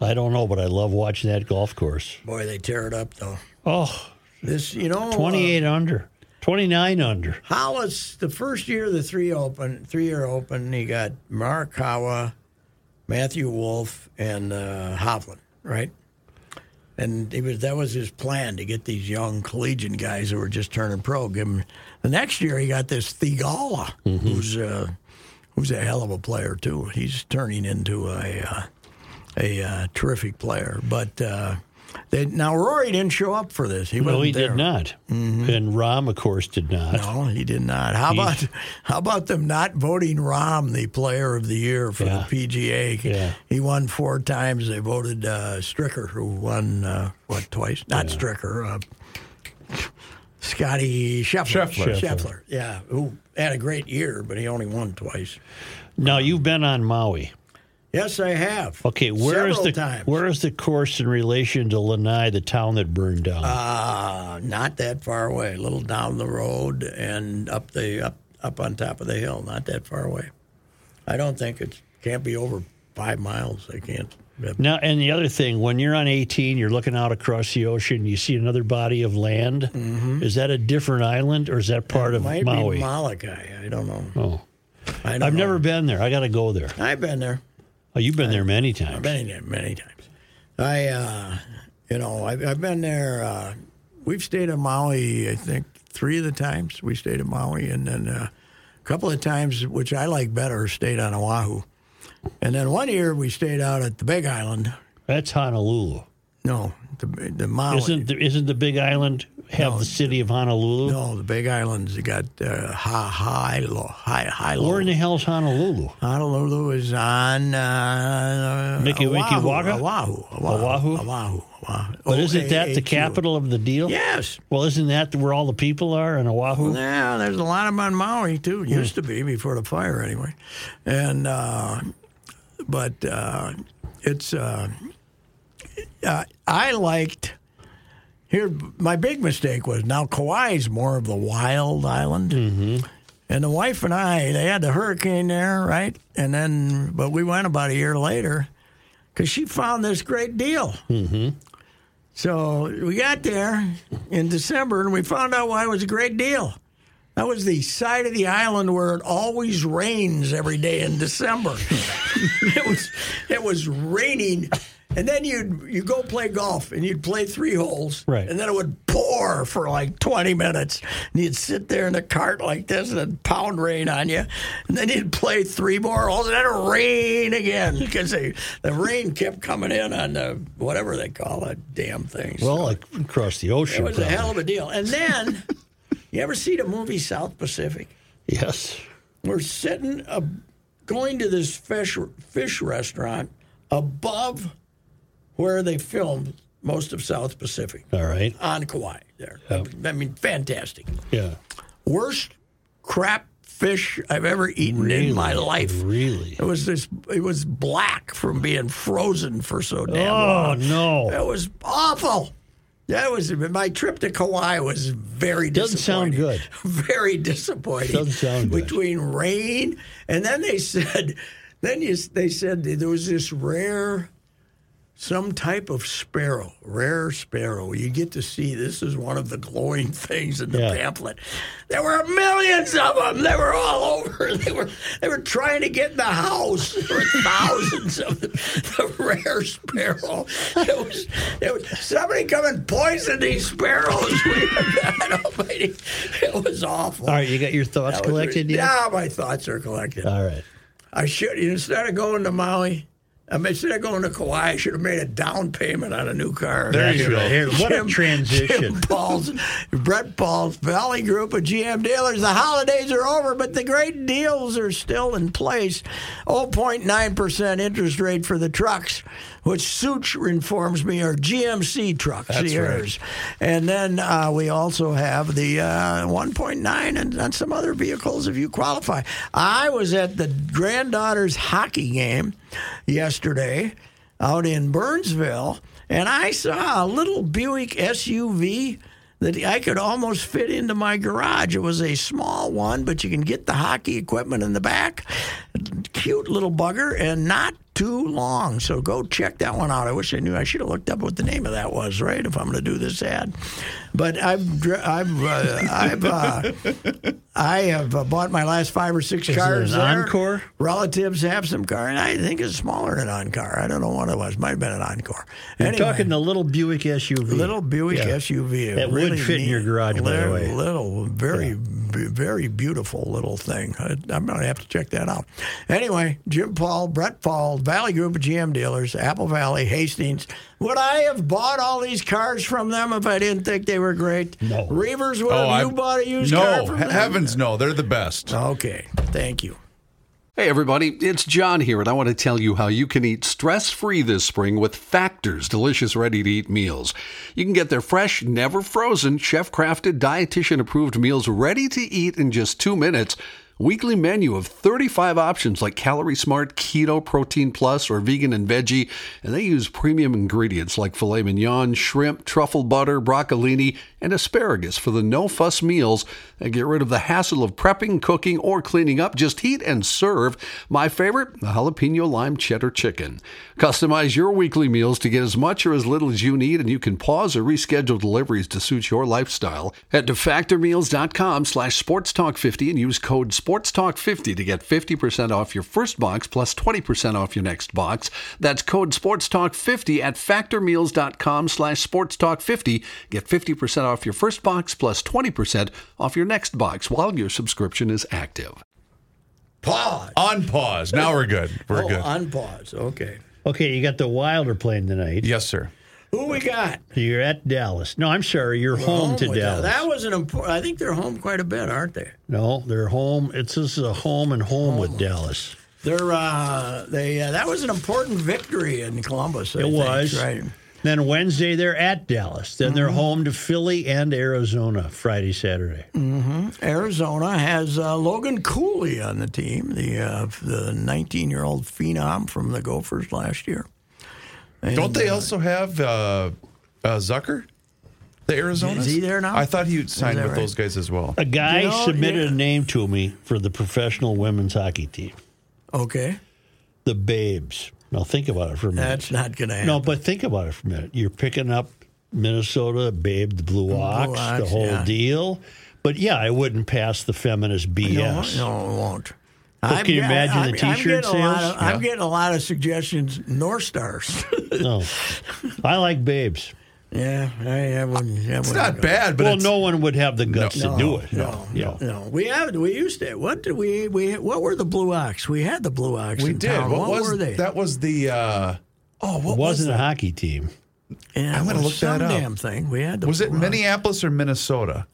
[SPEAKER 3] I don't know, but I love watching that golf course.
[SPEAKER 1] Boy, they tear it up though.
[SPEAKER 3] Oh,
[SPEAKER 1] This, you know, uh,
[SPEAKER 3] 28 under, 29 under.
[SPEAKER 1] Hollis, the first year of the three open, three year open, he got Mark Kawa, Matthew Wolf, and uh, Hovland, right? And it was that was his plan to get these young collegiate guys who were just turning pro. Give him the next year he got this Thigala, who's uh, who's a hell of a player too. He's turning into a uh, a uh, terrific player. But uh, they, now Rory didn't show up for this. He
[SPEAKER 3] No,
[SPEAKER 1] wasn't
[SPEAKER 3] he
[SPEAKER 1] there. Mm-hmm.
[SPEAKER 3] did not. And Rahm, of course, did not.
[SPEAKER 1] No, he did not. How about how about them not voting Rahm the Player of the Year for
[SPEAKER 3] Yeah.
[SPEAKER 1] the PGA?
[SPEAKER 3] Yeah.
[SPEAKER 1] He won four times. They voted uh, Stricker, who won uh, what twice? Not Stricker. Uh, Scotty Scheffler.
[SPEAKER 4] Scheffler.
[SPEAKER 3] Scheffler.
[SPEAKER 1] Scheffler, yeah, who had a great year, but he only won twice.
[SPEAKER 3] Now you've been on Maui.
[SPEAKER 1] Yes, I have.
[SPEAKER 3] Okay, where is
[SPEAKER 1] Several
[SPEAKER 3] the
[SPEAKER 1] times.
[SPEAKER 3] where is the course in relation to Lanai, the town that burned down?
[SPEAKER 1] Uh, not that far away, a little down the road and up the up up on top of the hill, not that far away. I don't think it can't be over five miles. They can't.
[SPEAKER 3] now, and the other thing, when you're on 18, you're looking out across the ocean, you see another body of land. Is that a different island, or is that part of
[SPEAKER 1] Mm-hmm. Might
[SPEAKER 3] Maui?
[SPEAKER 1] be Molokai. I don't know.
[SPEAKER 3] oh,
[SPEAKER 1] I don't
[SPEAKER 3] I've
[SPEAKER 1] know.
[SPEAKER 3] never been there. I got to go there.
[SPEAKER 1] I've been there.
[SPEAKER 3] Oh, you've been there many times.
[SPEAKER 1] I've been there many times. I, uh, you know, I've, I've been there. Uh, we've stayed in Maui, I think, three of the times we stayed in Maui, and then uh, a couple of times, which I like better, stayed on Oahu. And then one year we stayed out at the Big Island.
[SPEAKER 3] That's Honolulu.
[SPEAKER 1] No, the, the Maui.
[SPEAKER 3] Isn't the, isn't the Big Island have the city of Honolulu?
[SPEAKER 1] no, the Big Islands. You got uh, Ha Hai Lo Hai Hai Lo.
[SPEAKER 3] Where in the hell's Honolulu?
[SPEAKER 1] Honolulu is on uh,
[SPEAKER 3] Mickey Winky
[SPEAKER 1] Oahu,
[SPEAKER 3] Waka?
[SPEAKER 1] Oahu,
[SPEAKER 3] Oahu?
[SPEAKER 1] Oahu, Oahu, Oahu.
[SPEAKER 3] But isn't that the
[SPEAKER 1] OAAQ.
[SPEAKER 3] capital of the deal?
[SPEAKER 1] Yes.
[SPEAKER 3] Well, isn't that where all the people are in Oahu?
[SPEAKER 1] Yeah, there's a lot of them on Maui too. Used to be before the fire, anyway. And uh, but uh, it's uh, uh, I liked here. My big mistake was now Kauai's more of the wild island. And the wife and I, they had the hurricane there, right? And then, but we went about a year later because she found this great deal. So we got there in December and we found out why it was a great deal. That was the side of the island where it always rains every day in December. it was it was raining and then you'd you go play golf and you'd play three holes
[SPEAKER 3] Right.
[SPEAKER 1] and then it would pour for like 20 minutes and you'd sit there in a cart like this and it'd pound rain on you and then you'd play three more holes and then it'd rain again because they, the rain kept coming in on the whatever they call that damn thing
[SPEAKER 3] Well, like across the
[SPEAKER 1] it
[SPEAKER 3] ocean.
[SPEAKER 1] was a
[SPEAKER 3] probably.
[SPEAKER 1] hell of a deal. And then, you ever see the movie South Pacific?
[SPEAKER 3] Yes.
[SPEAKER 1] We're sitting, uh, going to this fish fish restaurant above where they filmed most of South Pacific
[SPEAKER 3] All right.
[SPEAKER 1] on Kauai. There, I mean, fantastic.
[SPEAKER 3] Yeah.
[SPEAKER 1] Worst crap fish I've ever eaten in my life.
[SPEAKER 3] Really?
[SPEAKER 1] It was this. It was black from being frozen for so damn long.
[SPEAKER 3] Oh no.
[SPEAKER 1] That was awful. That was my trip to Kauai was very
[SPEAKER 3] Doesn't sound
[SPEAKER 1] disappointing.
[SPEAKER 3] good.
[SPEAKER 1] Very disappointing.
[SPEAKER 3] Doesn't sound good.
[SPEAKER 1] Between rain and then they said, then you, they said that there was this rare some type of sparrow, rare sparrow. You get to see this is one of the glowing things in the
[SPEAKER 3] Yeah.
[SPEAKER 1] pamphlet. There were millions of them. They were all over. They were they were trying to get in the house. There were thousands of them. the rare sparrow. It was, it was somebody come and poison these sparrows. We had almighty. It was awful.
[SPEAKER 3] All right, you got your thoughts
[SPEAKER 1] That was-
[SPEAKER 3] collected Uh, yet?
[SPEAKER 1] Yeah, my thoughts are collected.
[SPEAKER 3] All right.
[SPEAKER 1] I should instead of going to Maui, I mean, instead of going to Kauai, I should have made a down payment on a new car.
[SPEAKER 3] There you go. Here, what a
[SPEAKER 1] Jim- Jim
[SPEAKER 3] transition.
[SPEAKER 1] Paul's, Brett Paul's Valley Group of GM dealers. The holidays are over, but the great deals are still in place. 0.9% interest rate for the trucks, which Such informs me are GMC trucks, the yours. And then uh, we also have the uh, 1.9 and, and some other vehicles if you qualify. I was at the granddaughter's hockey game yesterday out in Burnsville, and I saw a little Buick SUV that I could almost fit into my garage. It was a small one, but you can get the hockey equipment in the back. Cute little bugger, and not too long. So go check that one out. I wish I knew. I should have looked up what the name of that was, right? If I'm going to do this ad, but I've dr- I've uh, I've uh, I have uh, bought my last five or six
[SPEAKER 3] it
[SPEAKER 1] cars.
[SPEAKER 3] an
[SPEAKER 1] there.
[SPEAKER 3] Encore?
[SPEAKER 1] Relatives have some car, and I think it's smaller than an Encore. I don't know what it was. Might have been an Encore.
[SPEAKER 3] You're
[SPEAKER 1] Anyway.
[SPEAKER 3] talking the little Buick SUV.
[SPEAKER 1] Little Buick
[SPEAKER 3] Yeah.
[SPEAKER 1] SUV.
[SPEAKER 3] That would fit in your garage, by the
[SPEAKER 1] little,
[SPEAKER 3] way.
[SPEAKER 1] Little, very, b- very beautiful little thing. I, I'm going to have to check that out. Anyway, Jim Paul, Brett Paul, Valley Group of GM dealers, Apple Valley, Hastings. Would I have bought all these cars from them if I didn't think they were great?
[SPEAKER 3] No. Oh,
[SPEAKER 1] Reavers, would have you
[SPEAKER 4] I-
[SPEAKER 1] bought a used
[SPEAKER 4] Oh, no,
[SPEAKER 1] car from
[SPEAKER 4] he-
[SPEAKER 1] them? Oh.
[SPEAKER 4] heavens no. They're the best.
[SPEAKER 1] Okay, thank you.
[SPEAKER 5] Hey, everybody, it's John here, and I want to tell you how you can eat stress free this spring with Factor's delicious, ready to eat meals. You can get their fresh, never frozen, chef crafted, dietitian approved meals ready to eat in just two minutes. Weekly menu of 35 options like Calorie Smart, Keto, Protein Plus, or Vegan and Veggie, and they use premium ingredients like filet mignon, shrimp, truffle butter, broccolini, and asparagus for the no fuss meals and get rid of the hassle of prepping, cooking, or cleaning up. Just heat and serve. My favorite, the jalapeno lime cheddar chicken. Customize your weekly meals to get as much or as little as you need, and you can pause or reschedule deliveries to suit your lifestyle. Head to factormeals.com slash sportstalk50 and use code sportstalk50 to get 50% off your first box plus 20% off your next box. That's code sportstalk50 at factormeals.com slash sportstalk50. Get 50% off your first box plus 20% off your next box while your subscription is active.
[SPEAKER 1] Pause.
[SPEAKER 4] Unpause. Now we're good. We're
[SPEAKER 1] oh,
[SPEAKER 4] good.
[SPEAKER 1] unpause. Okay.
[SPEAKER 3] Okay, you got the Wilder playing tonight.
[SPEAKER 4] yes, sir.
[SPEAKER 1] Who we got?
[SPEAKER 3] You're at Dallas. No, I'm sorry, you're home, to
[SPEAKER 1] with Oh, that.
[SPEAKER 3] Dallas.
[SPEAKER 1] That was an important. I think they're home quite a bit, aren't they?
[SPEAKER 3] No, they're home. It's this is a home and home, with Dallas.
[SPEAKER 1] They're, uh, they uh, that was an important victory in Columbus. I
[SPEAKER 3] It
[SPEAKER 1] think,
[SPEAKER 3] was
[SPEAKER 1] right. Mm-hmm.
[SPEAKER 3] Then Wednesday they're at Dallas. Then they're home to Philly and Arizona Friday, Saturday.
[SPEAKER 1] Arizona has uh, Logan Cooley on the team, the uh, the 19 year old phenom from the Gophers last year. And,
[SPEAKER 4] Don't they
[SPEAKER 1] uh,
[SPEAKER 4] also have uh, uh, Zucker? The Arizona?
[SPEAKER 1] Is he there now?
[SPEAKER 4] I thought he signed
[SPEAKER 1] that
[SPEAKER 4] with
[SPEAKER 1] right?
[SPEAKER 4] those guys as well.
[SPEAKER 3] A guy
[SPEAKER 1] You know,
[SPEAKER 3] submitted
[SPEAKER 1] yeah.
[SPEAKER 3] a name to me for the professional women's hockey team,
[SPEAKER 1] Okay,
[SPEAKER 3] the Babes. Now think about it for a minute.
[SPEAKER 1] that's not going to happen.
[SPEAKER 3] no, but think about it for a minute. You're picking up Minnesota, Babe, the Blue Ox, the
[SPEAKER 1] Ox,
[SPEAKER 3] whole
[SPEAKER 1] yeah.
[SPEAKER 3] deal. But yeah, I wouldn't pass the feminist
[SPEAKER 1] No,
[SPEAKER 3] BS.
[SPEAKER 1] no, it won't.
[SPEAKER 3] But Oh, can you
[SPEAKER 1] I'm-
[SPEAKER 3] imagine
[SPEAKER 1] I'm-
[SPEAKER 3] the
[SPEAKER 1] I'm
[SPEAKER 3] t-shirt
[SPEAKER 1] getting a lot
[SPEAKER 3] sales?
[SPEAKER 1] of- I'm getting a lot of suggestions. North Stars.
[SPEAKER 3] No. I like babes.
[SPEAKER 1] yeah, I, I wouldn't. I
[SPEAKER 4] It's not bad, but
[SPEAKER 3] well,
[SPEAKER 4] it's,
[SPEAKER 3] no one would have the guts
[SPEAKER 4] No.
[SPEAKER 3] to do it.
[SPEAKER 1] No,
[SPEAKER 3] Yeah.
[SPEAKER 1] no, no. We have we used to. What did we we what were the blue ox? We had the blue ox.
[SPEAKER 4] we
[SPEAKER 1] in
[SPEAKER 4] did.
[SPEAKER 1] Town.
[SPEAKER 4] What, was
[SPEAKER 1] were they?
[SPEAKER 4] that? Was the uh, oh,
[SPEAKER 3] It
[SPEAKER 4] what was
[SPEAKER 3] wasn't a hockey team.
[SPEAKER 1] Yeah,
[SPEAKER 4] I'm gonna
[SPEAKER 1] well,
[SPEAKER 4] look that
[SPEAKER 1] some
[SPEAKER 4] up.
[SPEAKER 1] damn thing. We had the
[SPEAKER 4] was it
[SPEAKER 1] blue ox.
[SPEAKER 4] Minneapolis or Minnesota?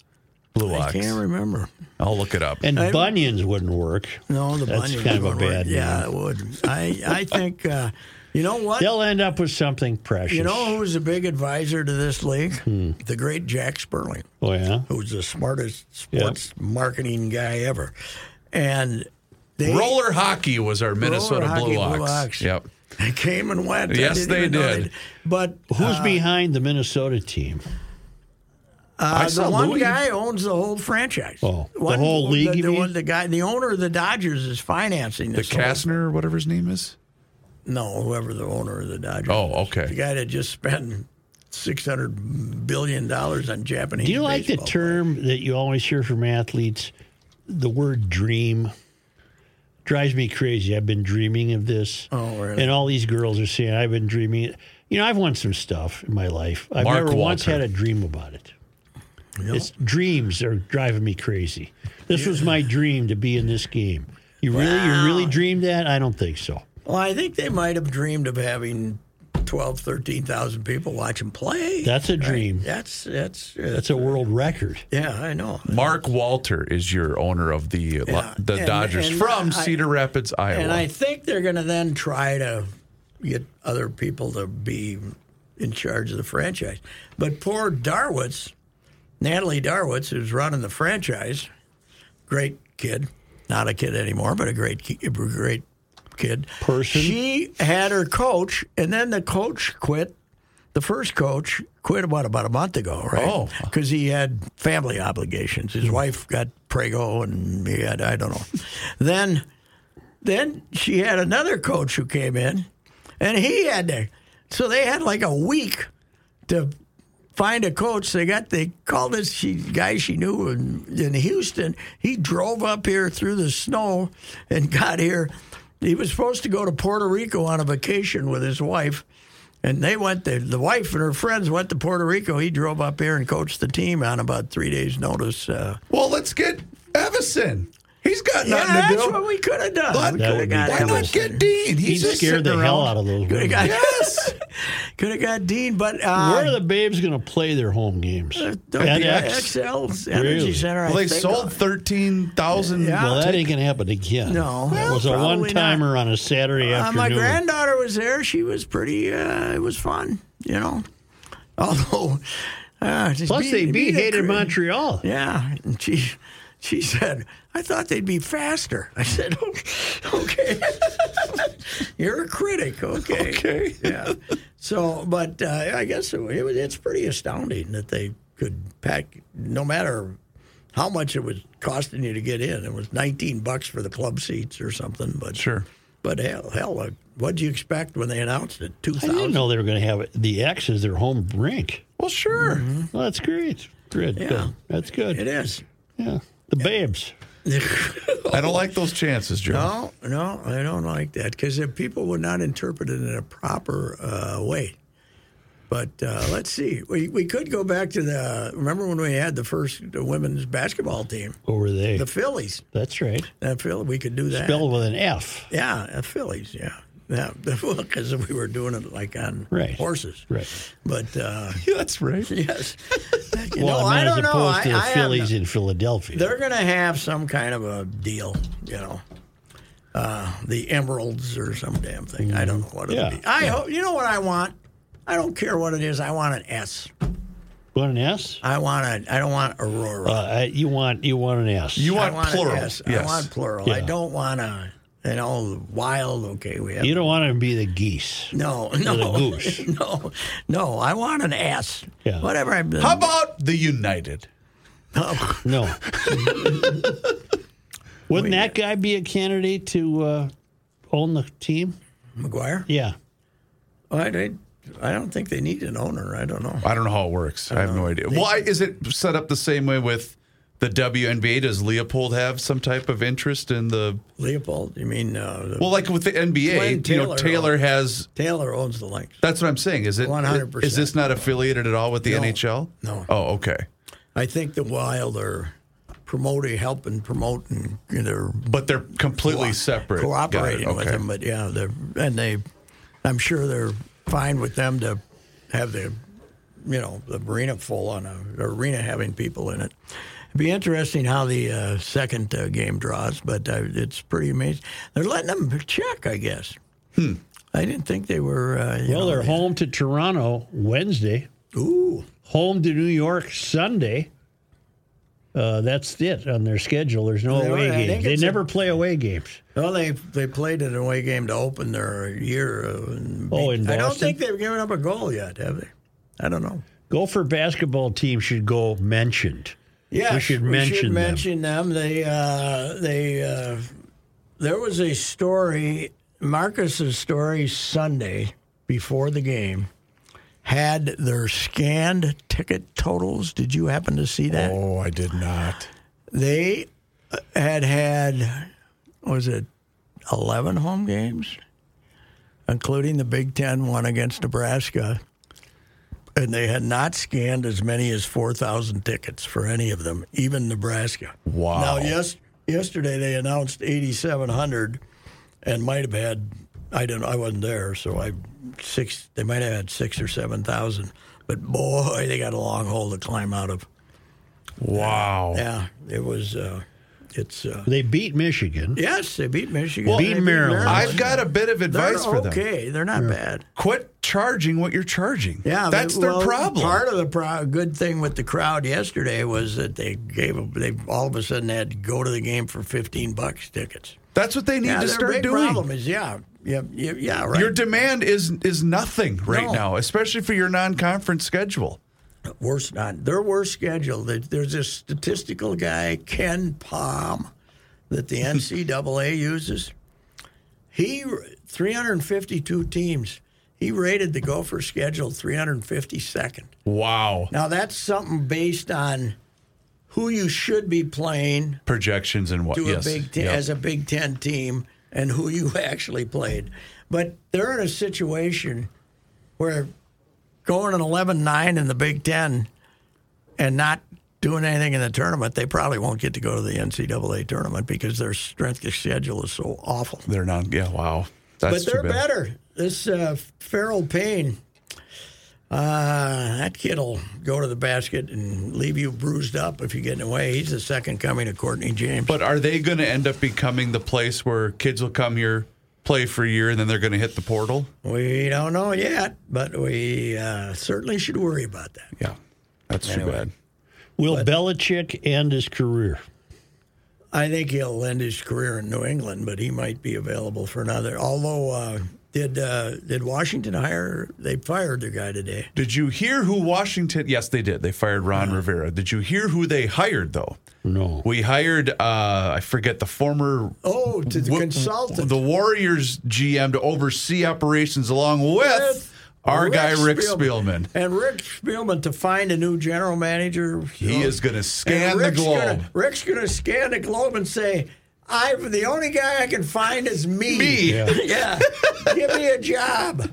[SPEAKER 4] Blue
[SPEAKER 1] I
[SPEAKER 4] Ox.
[SPEAKER 1] can't remember.
[SPEAKER 4] I'll look it up.
[SPEAKER 3] And bunions wouldn't work.
[SPEAKER 1] No, the
[SPEAKER 3] That's
[SPEAKER 1] bunny
[SPEAKER 3] kind of a
[SPEAKER 1] would work.
[SPEAKER 3] bad
[SPEAKER 1] Yeah,
[SPEAKER 3] name.
[SPEAKER 1] it would. I I think uh, you know what.
[SPEAKER 3] They'll end up with something precious.
[SPEAKER 1] you know who's a big advisor to this league?
[SPEAKER 3] Hmm.
[SPEAKER 1] The great Jack Sperling.
[SPEAKER 3] oh, yeah.
[SPEAKER 1] who's the smartest
[SPEAKER 3] Yeah.
[SPEAKER 1] sports marketing guy ever. And they
[SPEAKER 4] Roller hockey was our Minnesota
[SPEAKER 1] hockey,
[SPEAKER 4] Blue,
[SPEAKER 1] Blue
[SPEAKER 4] Ox.
[SPEAKER 1] Ox.
[SPEAKER 4] Yep.
[SPEAKER 1] they came and went. I
[SPEAKER 4] Yes,
[SPEAKER 1] didn't
[SPEAKER 4] they
[SPEAKER 1] even know
[SPEAKER 4] did.
[SPEAKER 1] they But
[SPEAKER 3] Who's
[SPEAKER 4] Uh,
[SPEAKER 3] behind the Minnesota team?
[SPEAKER 1] uh,
[SPEAKER 4] saw
[SPEAKER 1] the one
[SPEAKER 4] Louis-
[SPEAKER 1] guy owns the whole franchise.
[SPEAKER 3] Oh, the
[SPEAKER 1] One-
[SPEAKER 3] whole league,
[SPEAKER 1] The,
[SPEAKER 3] you
[SPEAKER 1] the,
[SPEAKER 3] mean?
[SPEAKER 1] one- the guy, the owner of the Dodgers, is financing
[SPEAKER 4] The
[SPEAKER 1] this. whole-
[SPEAKER 4] Kastner, whatever his name is.
[SPEAKER 1] No, whoever the owner of the Dodgers.
[SPEAKER 4] Oh,
[SPEAKER 1] is.
[SPEAKER 4] okay.
[SPEAKER 1] The guy that just spent six hundred billion dollars on Japanese.
[SPEAKER 3] Do you like the
[SPEAKER 1] baseball
[SPEAKER 3] term that you always hear from athletes? The word dream drives me crazy. I've been dreaming of this.
[SPEAKER 1] Oh, really?
[SPEAKER 3] And all these girls are saying, I've been dreaming. it." You know, I've won some stuff in my life. I've
[SPEAKER 4] Mark
[SPEAKER 3] never once
[SPEAKER 4] Walter.
[SPEAKER 3] had a dream about it. It's dreams are driving me crazy. This was my dream to be in this game. You really, you really dreamed that? I don't think so.
[SPEAKER 1] Well, I think they might have dreamed of having 12, 13,000 people watch him play.
[SPEAKER 3] That's a dream.
[SPEAKER 1] that's that's uh,
[SPEAKER 3] That's a world record.
[SPEAKER 1] yeah, I know.
[SPEAKER 4] Mark Walter is your owner of the lo-
[SPEAKER 1] Yeah,
[SPEAKER 4] the
[SPEAKER 1] and-
[SPEAKER 4] Dodgers
[SPEAKER 1] and
[SPEAKER 4] from
[SPEAKER 1] I-
[SPEAKER 4] Cedar Rapids, Iowa.
[SPEAKER 1] And I think they're going to then try to get other people to be in charge of the franchise. But poor Darwitz, Natalie Darwitz, who's running the franchise, great kid, not a kid anymore, but a great ki- a great kid.
[SPEAKER 3] Person.
[SPEAKER 1] She had her coach, and then the coach quit. The first coach quit about about a month ago, right?
[SPEAKER 4] Oh.
[SPEAKER 1] because he had family obligations. His wife got prego, and he had I don't know. Then then she had another coach who came in, and he had to. So they had like a week to find a coach. They got they called this she, guy she knew in, in Houston. He drove up here through the snow and got here. He was supposed to go to Puerto Rico on a vacation with his wife. And they went, the, the wife and her friends went to Puerto Rico. He drove up here and coached the team on about three days' notice. Uh,
[SPEAKER 4] well, let's get Evison. He's got
[SPEAKER 1] yeah,
[SPEAKER 4] nothing to
[SPEAKER 1] that's
[SPEAKER 4] do.
[SPEAKER 1] what we could have done.
[SPEAKER 4] Let-
[SPEAKER 1] we
[SPEAKER 3] That
[SPEAKER 1] could
[SPEAKER 3] would
[SPEAKER 1] have got
[SPEAKER 3] be
[SPEAKER 4] Why
[SPEAKER 1] him.
[SPEAKER 4] not get Dean? He's
[SPEAKER 3] He'd
[SPEAKER 4] just
[SPEAKER 3] scare
[SPEAKER 4] sitting
[SPEAKER 3] the
[SPEAKER 4] around.
[SPEAKER 3] hell out of those
[SPEAKER 1] Could have
[SPEAKER 3] women.
[SPEAKER 1] got,
[SPEAKER 4] Yes.
[SPEAKER 1] could have got Dean, but uh,
[SPEAKER 3] Where are the babes going to play their home games?
[SPEAKER 1] Don't be
[SPEAKER 3] At
[SPEAKER 1] at
[SPEAKER 3] X?
[SPEAKER 1] XL's Energy
[SPEAKER 3] Really?
[SPEAKER 1] Center. I
[SPEAKER 4] Well, they
[SPEAKER 1] think.
[SPEAKER 4] sold thirteen thousand.
[SPEAKER 1] Yeah.
[SPEAKER 3] Well, that ain't going to happen again.
[SPEAKER 1] No.
[SPEAKER 3] That
[SPEAKER 1] Well,
[SPEAKER 3] was a
[SPEAKER 1] probably
[SPEAKER 3] one timer on a Saturday
[SPEAKER 1] Uh,
[SPEAKER 3] afternoon.
[SPEAKER 1] my granddaughter was there. She was pretty. Uh, it was fun, you know. Although, uh, just
[SPEAKER 3] Plus,
[SPEAKER 1] beat-
[SPEAKER 3] they
[SPEAKER 1] beat
[SPEAKER 3] beat
[SPEAKER 1] the
[SPEAKER 3] hated
[SPEAKER 1] cra-
[SPEAKER 3] Montreal.
[SPEAKER 1] Yeah, and she she said, "I thought they'd be faster." I said, "Okay, you're a critic, okay."
[SPEAKER 4] Okay.
[SPEAKER 1] Yeah. So, but uh, I guess it, was, it's pretty astounding that they could pack, no matter how much it was costing you to get in. It was 19 bucks for the club seats or something. But
[SPEAKER 4] Sure.
[SPEAKER 1] But hell, hell, uh, what'd you expect when they announced it? Two
[SPEAKER 3] I didn't
[SPEAKER 1] thousand.
[SPEAKER 3] know they were going to have it. the X as their home rink.
[SPEAKER 4] Well, sure.
[SPEAKER 1] Mm-hmm.
[SPEAKER 3] Well, that's great. Good.
[SPEAKER 1] Yeah.
[SPEAKER 3] good. That's
[SPEAKER 1] It
[SPEAKER 3] good.
[SPEAKER 1] is.
[SPEAKER 3] Yeah. The babes.
[SPEAKER 4] I don't like those chances, Joe.
[SPEAKER 1] No, Oh, no, I don't like that because people would not interpret it in a proper uh, way. But uh, let's see. We, we could go back to the. Remember when we had the first women's basketball team,
[SPEAKER 3] What were they?
[SPEAKER 1] the Phillies.
[SPEAKER 3] that's right.
[SPEAKER 1] That Philly, we could do that.
[SPEAKER 3] Spelled with an F.
[SPEAKER 1] Yeah, uh, Phillies. Yeah, yeah. Because we were doing it like on
[SPEAKER 3] Right.
[SPEAKER 1] horses.
[SPEAKER 3] Right.
[SPEAKER 1] But uh,
[SPEAKER 4] Yeah, that's right.
[SPEAKER 1] yes. You
[SPEAKER 3] Well,
[SPEAKER 1] know,
[SPEAKER 3] I mean,
[SPEAKER 1] don't
[SPEAKER 3] as
[SPEAKER 1] know.
[SPEAKER 3] opposed to the
[SPEAKER 1] I- I have
[SPEAKER 3] Phillies
[SPEAKER 1] no-
[SPEAKER 3] in Philadelphia.
[SPEAKER 1] they're going to have some kind of a deal. You know. Uh, the emeralds or some damn thing. I don't know what it'll
[SPEAKER 3] Yeah,
[SPEAKER 1] be. I hope you know what I want. I don't care what it is. I want an S.
[SPEAKER 3] want an S?
[SPEAKER 1] I want a. I don't want Aurora.
[SPEAKER 3] Uh, I- you want you want an S.
[SPEAKER 4] You
[SPEAKER 1] I
[SPEAKER 4] want,
[SPEAKER 1] want an
[SPEAKER 4] plural?
[SPEAKER 1] S.
[SPEAKER 4] Yes.
[SPEAKER 1] I want plural. I
[SPEAKER 3] Yeah.
[SPEAKER 1] don't want a. You know, wild. Okay, we have
[SPEAKER 3] You don't want to be the geese.
[SPEAKER 1] No, no,
[SPEAKER 3] goose.
[SPEAKER 1] no, no. I want an ass.
[SPEAKER 3] Yeah.
[SPEAKER 1] Whatever. I'm,
[SPEAKER 4] How about the United?
[SPEAKER 3] No. Wouldn't that guy be a candidate to uh, own the team?
[SPEAKER 1] McGuire?
[SPEAKER 3] Yeah.
[SPEAKER 1] I, I, I don't think they need an owner. I don't know.
[SPEAKER 4] I don't know how it works. I, have no idea. Why is it set up the same way with the WNBA? Does Leopold have some type of interest in the?
[SPEAKER 1] Leopold. You mean uh, the-
[SPEAKER 4] Well, like with the
[SPEAKER 1] Glenn
[SPEAKER 4] NBA, you know,
[SPEAKER 1] Taylor.
[SPEAKER 4] Taylor has.
[SPEAKER 1] Taylor owns the Lynx?
[SPEAKER 4] That's what I'm saying. Is it?
[SPEAKER 1] 100%.
[SPEAKER 4] Is this not affiliated at all with the
[SPEAKER 1] No.
[SPEAKER 4] NHL?
[SPEAKER 1] No.
[SPEAKER 4] Oh, okay.
[SPEAKER 1] I think the Wild are promoting, helping promote, and they're
[SPEAKER 4] But they're completely separate. Got it.
[SPEAKER 1] cooperating with
[SPEAKER 4] Okay.
[SPEAKER 1] them. But yeah, they're, and they, I'm sure they're fine with them to have the, you know, the arena full on a the arena having people in it. It'd be interesting how the uh, second uh, game draws, but uh, it's pretty amazing. They're letting them check, I guess. Hmm. I didn't think they were. Uh, you
[SPEAKER 3] Well,
[SPEAKER 1] know,
[SPEAKER 3] they're home to Toronto Wednesday,
[SPEAKER 1] Ooh,
[SPEAKER 3] home to New York Sunday. Uh, that's it on their schedule. There's no
[SPEAKER 1] They-
[SPEAKER 3] away
[SPEAKER 1] I think
[SPEAKER 3] games. They
[SPEAKER 1] it's a-
[SPEAKER 3] never play away games.
[SPEAKER 1] well, they they played an away game to open their year. Uh, and
[SPEAKER 3] Oh, in
[SPEAKER 1] I don't
[SPEAKER 3] Boston?
[SPEAKER 1] think they've given up a goal yet, have they? I don't know.
[SPEAKER 3] Gopher basketball team should go mentioned.
[SPEAKER 1] Yes,
[SPEAKER 3] we should mention them.
[SPEAKER 1] mention them. They, uh, they, uh, there was a story Marcus's story Sunday before the game had their scanned ticket totals. Did you happen to see that?
[SPEAKER 6] Oh, I did not.
[SPEAKER 1] They uh, had had was it eleven home games, including the Big Ten one against Nebraska, and they had not scanned as many as four thousand tickets for any of them, even Nebraska.
[SPEAKER 4] Wow.
[SPEAKER 1] Now, yes, yesterday they announced eighty-seven hundred, and might have had. I didn't. I wasn't there, so I six. They might have had six or seven thousand. But boy, they got a long hole to climb out of.
[SPEAKER 4] Wow.
[SPEAKER 1] Yeah, it was. Uh, it's. Uh,
[SPEAKER 3] They beat Michigan.
[SPEAKER 1] yes, they beat Michigan.
[SPEAKER 3] Beat
[SPEAKER 1] They
[SPEAKER 3] Maryland.
[SPEAKER 4] I've got a bit of
[SPEAKER 1] They're
[SPEAKER 4] advice for them.
[SPEAKER 1] okay. They're not bad.
[SPEAKER 4] Quit charging what you're charging.
[SPEAKER 1] Yeah,
[SPEAKER 4] that's
[SPEAKER 1] but-
[SPEAKER 4] their
[SPEAKER 1] well,
[SPEAKER 4] problem.
[SPEAKER 1] Part of the pro- good thing with the crowd yesterday was that they gave they all of a sudden had to go to the game for fifteen bucks tickets.
[SPEAKER 4] that's what they need
[SPEAKER 1] yeah,
[SPEAKER 4] to
[SPEAKER 1] their
[SPEAKER 4] start
[SPEAKER 1] big
[SPEAKER 4] doing.
[SPEAKER 1] problem is yeah, yeah, yeah, yeah right.
[SPEAKER 4] Your demand is is nothing right
[SPEAKER 1] No.
[SPEAKER 4] now, especially for your non-conference schedule.
[SPEAKER 1] worse not their worst schedule. There- There's this statistical guy Ken Palm that the NCAA uses. He 352 teams. He rated the Gopher schedule 352nd.
[SPEAKER 4] Wow.
[SPEAKER 1] Now that's something based on who you should be playing
[SPEAKER 4] Projections and what?
[SPEAKER 1] to
[SPEAKER 4] yes.
[SPEAKER 1] a Big Ten,
[SPEAKER 4] Yeah.
[SPEAKER 1] as a Big Ten team and who you actually played. But they're in a situation where going an 11 9 in the Big Ten and not doing anything in the tournament, they probably won't get to go to the NCAA tournament because their strength of schedule is so awful.
[SPEAKER 4] They're not. Yeah. Wow. That's
[SPEAKER 1] but
[SPEAKER 4] too
[SPEAKER 1] they're
[SPEAKER 4] bad.
[SPEAKER 1] better. This uh, Farrell Payne, uh, that kid will go to the basket and leave you bruised up if you get in the way. He's the second coming of Courtney James.
[SPEAKER 4] But are they going to end up becoming the place where kids will come here, play for a year, and then they're going to hit the portal?
[SPEAKER 1] We don't know yet, but we uh, certainly should worry about that.
[SPEAKER 4] Yeah, that's too bad.
[SPEAKER 3] Will Belichick end his career?
[SPEAKER 1] I think he'll end his career in New England, but he might be available for another. Although, uh, did uh, did Washington hire? They fired their guy today.
[SPEAKER 4] Did you hear who Washington? Yes, they did. They fired Ron Rivera. Did you hear who they hired though?
[SPEAKER 3] No.
[SPEAKER 4] We hired uh, I forget the former
[SPEAKER 1] Oh, to the
[SPEAKER 4] Wa-
[SPEAKER 1] consultant.
[SPEAKER 4] the Warriors GM to oversee operations along with,
[SPEAKER 1] With
[SPEAKER 4] our guy Rick Spielman.
[SPEAKER 1] and Rick Spielman to find a new general manager. Oh.
[SPEAKER 4] He is going to scan
[SPEAKER 1] And
[SPEAKER 4] the
[SPEAKER 1] Rick's
[SPEAKER 4] globe.
[SPEAKER 1] Gonna, Rick's going to scan the globe and say, "I'm the only guy I can find is me."
[SPEAKER 4] Me.
[SPEAKER 1] Yeah. Give me a job.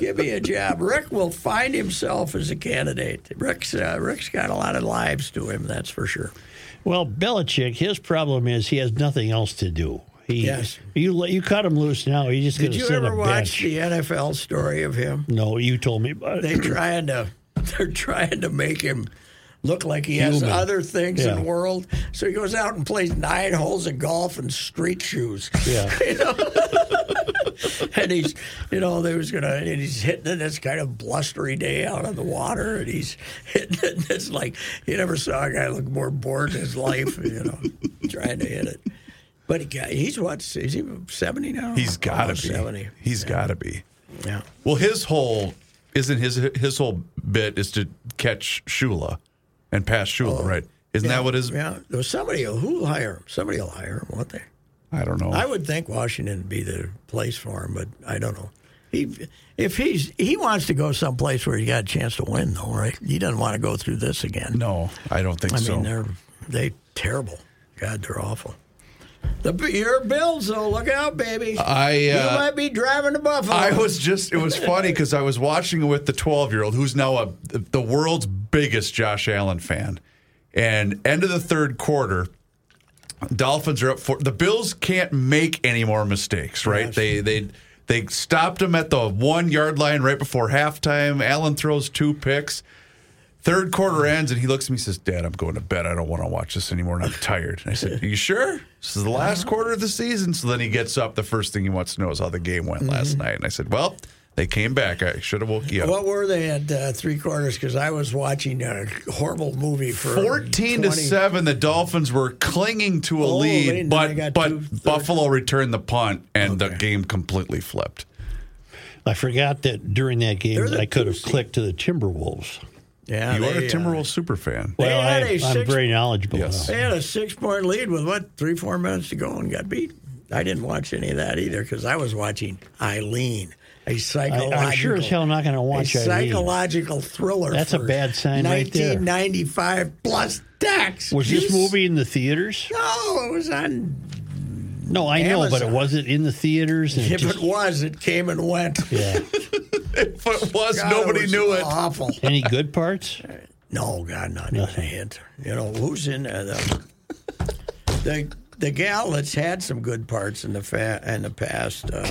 [SPEAKER 1] Give me a job. Rick will find himself as a candidate. Rick's uh, Rick's got a lot of lives to him. That's for sure.
[SPEAKER 3] Well, Belichick, his problem is he has nothing else to do. He,
[SPEAKER 1] Yes.
[SPEAKER 3] You let- you cut him loose now. He's just going
[SPEAKER 1] Did
[SPEAKER 3] to
[SPEAKER 1] you
[SPEAKER 3] sit on
[SPEAKER 1] ever
[SPEAKER 3] a
[SPEAKER 1] watch
[SPEAKER 3] bench.
[SPEAKER 1] the NFL story of him?
[SPEAKER 3] no, you told me about
[SPEAKER 1] They
[SPEAKER 3] it.
[SPEAKER 1] trying to they're trying to make him look like he has
[SPEAKER 3] Human.
[SPEAKER 1] other things in
[SPEAKER 3] Yeah.
[SPEAKER 1] the world. So he goes out and plays nine holes of golf in street shoes.
[SPEAKER 3] Yeah.
[SPEAKER 1] You know? and he's you know, they was gonna and he's hitting it this kind of blustery day out on the water and he's hitting it and it's like you never saw a guy look more bored in his life, you know, trying to hit it. But he got, he's what? Is he seventy now?
[SPEAKER 4] He's got to
[SPEAKER 1] Almost
[SPEAKER 4] be.
[SPEAKER 1] seventy.
[SPEAKER 4] He's got to be.
[SPEAKER 1] Yeah.
[SPEAKER 4] Well, his whole isn't his his whole bit is to catch Shula and pass Shula, right? Isn't that what his?
[SPEAKER 1] Oh, Yeah, there was somebody who'll hire him. Somebody will hire him, won't they?
[SPEAKER 4] I don't know.
[SPEAKER 1] I would think Washington would be the place for him, but I don't know. He, if he's he wants to go someplace where he got a chance to win, though, right? He doesn't want to go through this again.
[SPEAKER 4] no, I don't think
[SPEAKER 1] I mean
[SPEAKER 4] so.
[SPEAKER 1] they're they terrible. God, they're awful. The your Bills, though, look out, baby.
[SPEAKER 4] I uh,
[SPEAKER 1] you might be driving to Buffalo.
[SPEAKER 4] I was just, it was funny because I was watching it with the 12 year old who's now a, the world's biggest Josh Allen fan. And end of the third quarter, Dolphins are up for the Bills can't make any more mistakes, right? They they they stopped them at the one yard line right before halftime. Allen throws two picks. Third quarter ends and he looks at me and says, Dad, I'm going to bed. I don't want to watch this anymore and I'm tired. And I said, Are you sure? This is the last quarter of the season. So then he gets up. The first thing he wants to know is how the game went last
[SPEAKER 1] Mm-hmm.
[SPEAKER 4] night. And I said, Well, they came back. I should have woke you up.
[SPEAKER 1] What were they at uh, three quarters? Because I was watching a horrible movie for
[SPEAKER 4] 14 to
[SPEAKER 1] 20
[SPEAKER 4] 7 the dolphins were clinging to a
[SPEAKER 1] Oh, they- they
[SPEAKER 4] lead but
[SPEAKER 1] got two
[SPEAKER 4] but
[SPEAKER 1] third-
[SPEAKER 4] buffalo returned the punt and the game completely flipped
[SPEAKER 3] I forgot that during that game
[SPEAKER 1] They're the
[SPEAKER 3] I could
[SPEAKER 1] two
[SPEAKER 3] have
[SPEAKER 1] seed.
[SPEAKER 3] clicked to the Timberwolves.
[SPEAKER 1] Yeah,
[SPEAKER 4] you are a
[SPEAKER 1] they, uh,
[SPEAKER 4] timberwolves super fan
[SPEAKER 1] They
[SPEAKER 3] Well,
[SPEAKER 1] had
[SPEAKER 3] I,
[SPEAKER 1] a
[SPEAKER 3] I'm
[SPEAKER 1] six-
[SPEAKER 3] very knowledgeable.
[SPEAKER 4] Yes.
[SPEAKER 3] now.
[SPEAKER 1] They had a six point lead with what three four minutes to go and got beat. I didn't watch any of that either because I was watching Eileen, a
[SPEAKER 3] I,
[SPEAKER 1] psychological.
[SPEAKER 3] I'm sure as hell not going to watch
[SPEAKER 1] a
[SPEAKER 3] Eileen.
[SPEAKER 1] psychological thriller.
[SPEAKER 3] That's a
[SPEAKER 1] for
[SPEAKER 3] bad sign right there.
[SPEAKER 1] 1995 plus tax.
[SPEAKER 3] Was
[SPEAKER 1] You
[SPEAKER 3] this
[SPEAKER 1] s-
[SPEAKER 3] movie in the theaters?
[SPEAKER 1] No, it was on.
[SPEAKER 3] No, I know, but
[SPEAKER 1] Amazon.
[SPEAKER 3] it wasn't in the theaters. And it
[SPEAKER 1] If
[SPEAKER 3] just-
[SPEAKER 1] it was, it came and went.
[SPEAKER 3] yeah.
[SPEAKER 4] If it was,
[SPEAKER 1] God,
[SPEAKER 4] nobody
[SPEAKER 1] was
[SPEAKER 4] knew it.
[SPEAKER 1] Awful.
[SPEAKER 3] Any good parts?
[SPEAKER 1] No, God, not even a hint. You know who's in there? The, the the gal that's had some good parts in the fa- in the past. Uh,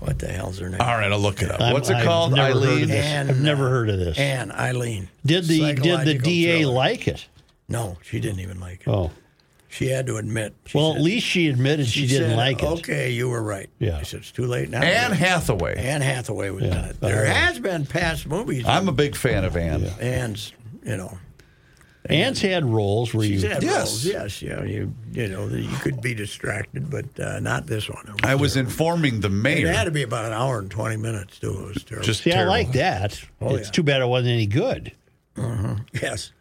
[SPEAKER 1] what the hell's her name?
[SPEAKER 4] All right, I'll look it up.
[SPEAKER 3] I'm-
[SPEAKER 4] What's it
[SPEAKER 3] I've
[SPEAKER 4] called?
[SPEAKER 3] never heard of
[SPEAKER 4] Eileen.
[SPEAKER 3] this.
[SPEAKER 1] And,
[SPEAKER 3] I've never
[SPEAKER 1] uh,
[SPEAKER 3] heard of this.
[SPEAKER 1] Anne Eileen.
[SPEAKER 3] Did the did the
[SPEAKER 1] Psychological
[SPEAKER 3] DA
[SPEAKER 1] thriller.
[SPEAKER 3] like it?
[SPEAKER 1] No, she didn't even like it.
[SPEAKER 3] Oh,
[SPEAKER 1] She had to admit. She
[SPEAKER 3] well, at
[SPEAKER 1] said-
[SPEAKER 3] least she admitted she, didn't
[SPEAKER 1] said,
[SPEAKER 3] like it.
[SPEAKER 1] Okay, you were right.
[SPEAKER 3] Yeah.
[SPEAKER 1] I said it's too late now.
[SPEAKER 4] Anne Hathaway.
[SPEAKER 1] Anne Hathaway was in it. There
[SPEAKER 3] Uh,
[SPEAKER 1] has been past movies.
[SPEAKER 4] I'm a big fan of Anne.
[SPEAKER 1] Anne's, you know.
[SPEAKER 3] Anne's had roles where
[SPEAKER 1] She's
[SPEAKER 3] you
[SPEAKER 1] had
[SPEAKER 4] Yes.
[SPEAKER 1] roles, yes, yeah. You, you know, that you could be distracted, but uh, not this one.
[SPEAKER 4] I was informing the
[SPEAKER 1] It had
[SPEAKER 4] mayor.
[SPEAKER 1] to be about an hour and twenty minutes too. It was terrible.
[SPEAKER 4] Just
[SPEAKER 3] see. I
[SPEAKER 4] terrible.
[SPEAKER 3] like that.
[SPEAKER 1] Oh,
[SPEAKER 3] it's
[SPEAKER 1] yeah.
[SPEAKER 3] too bad it wasn't any good.
[SPEAKER 1] yes,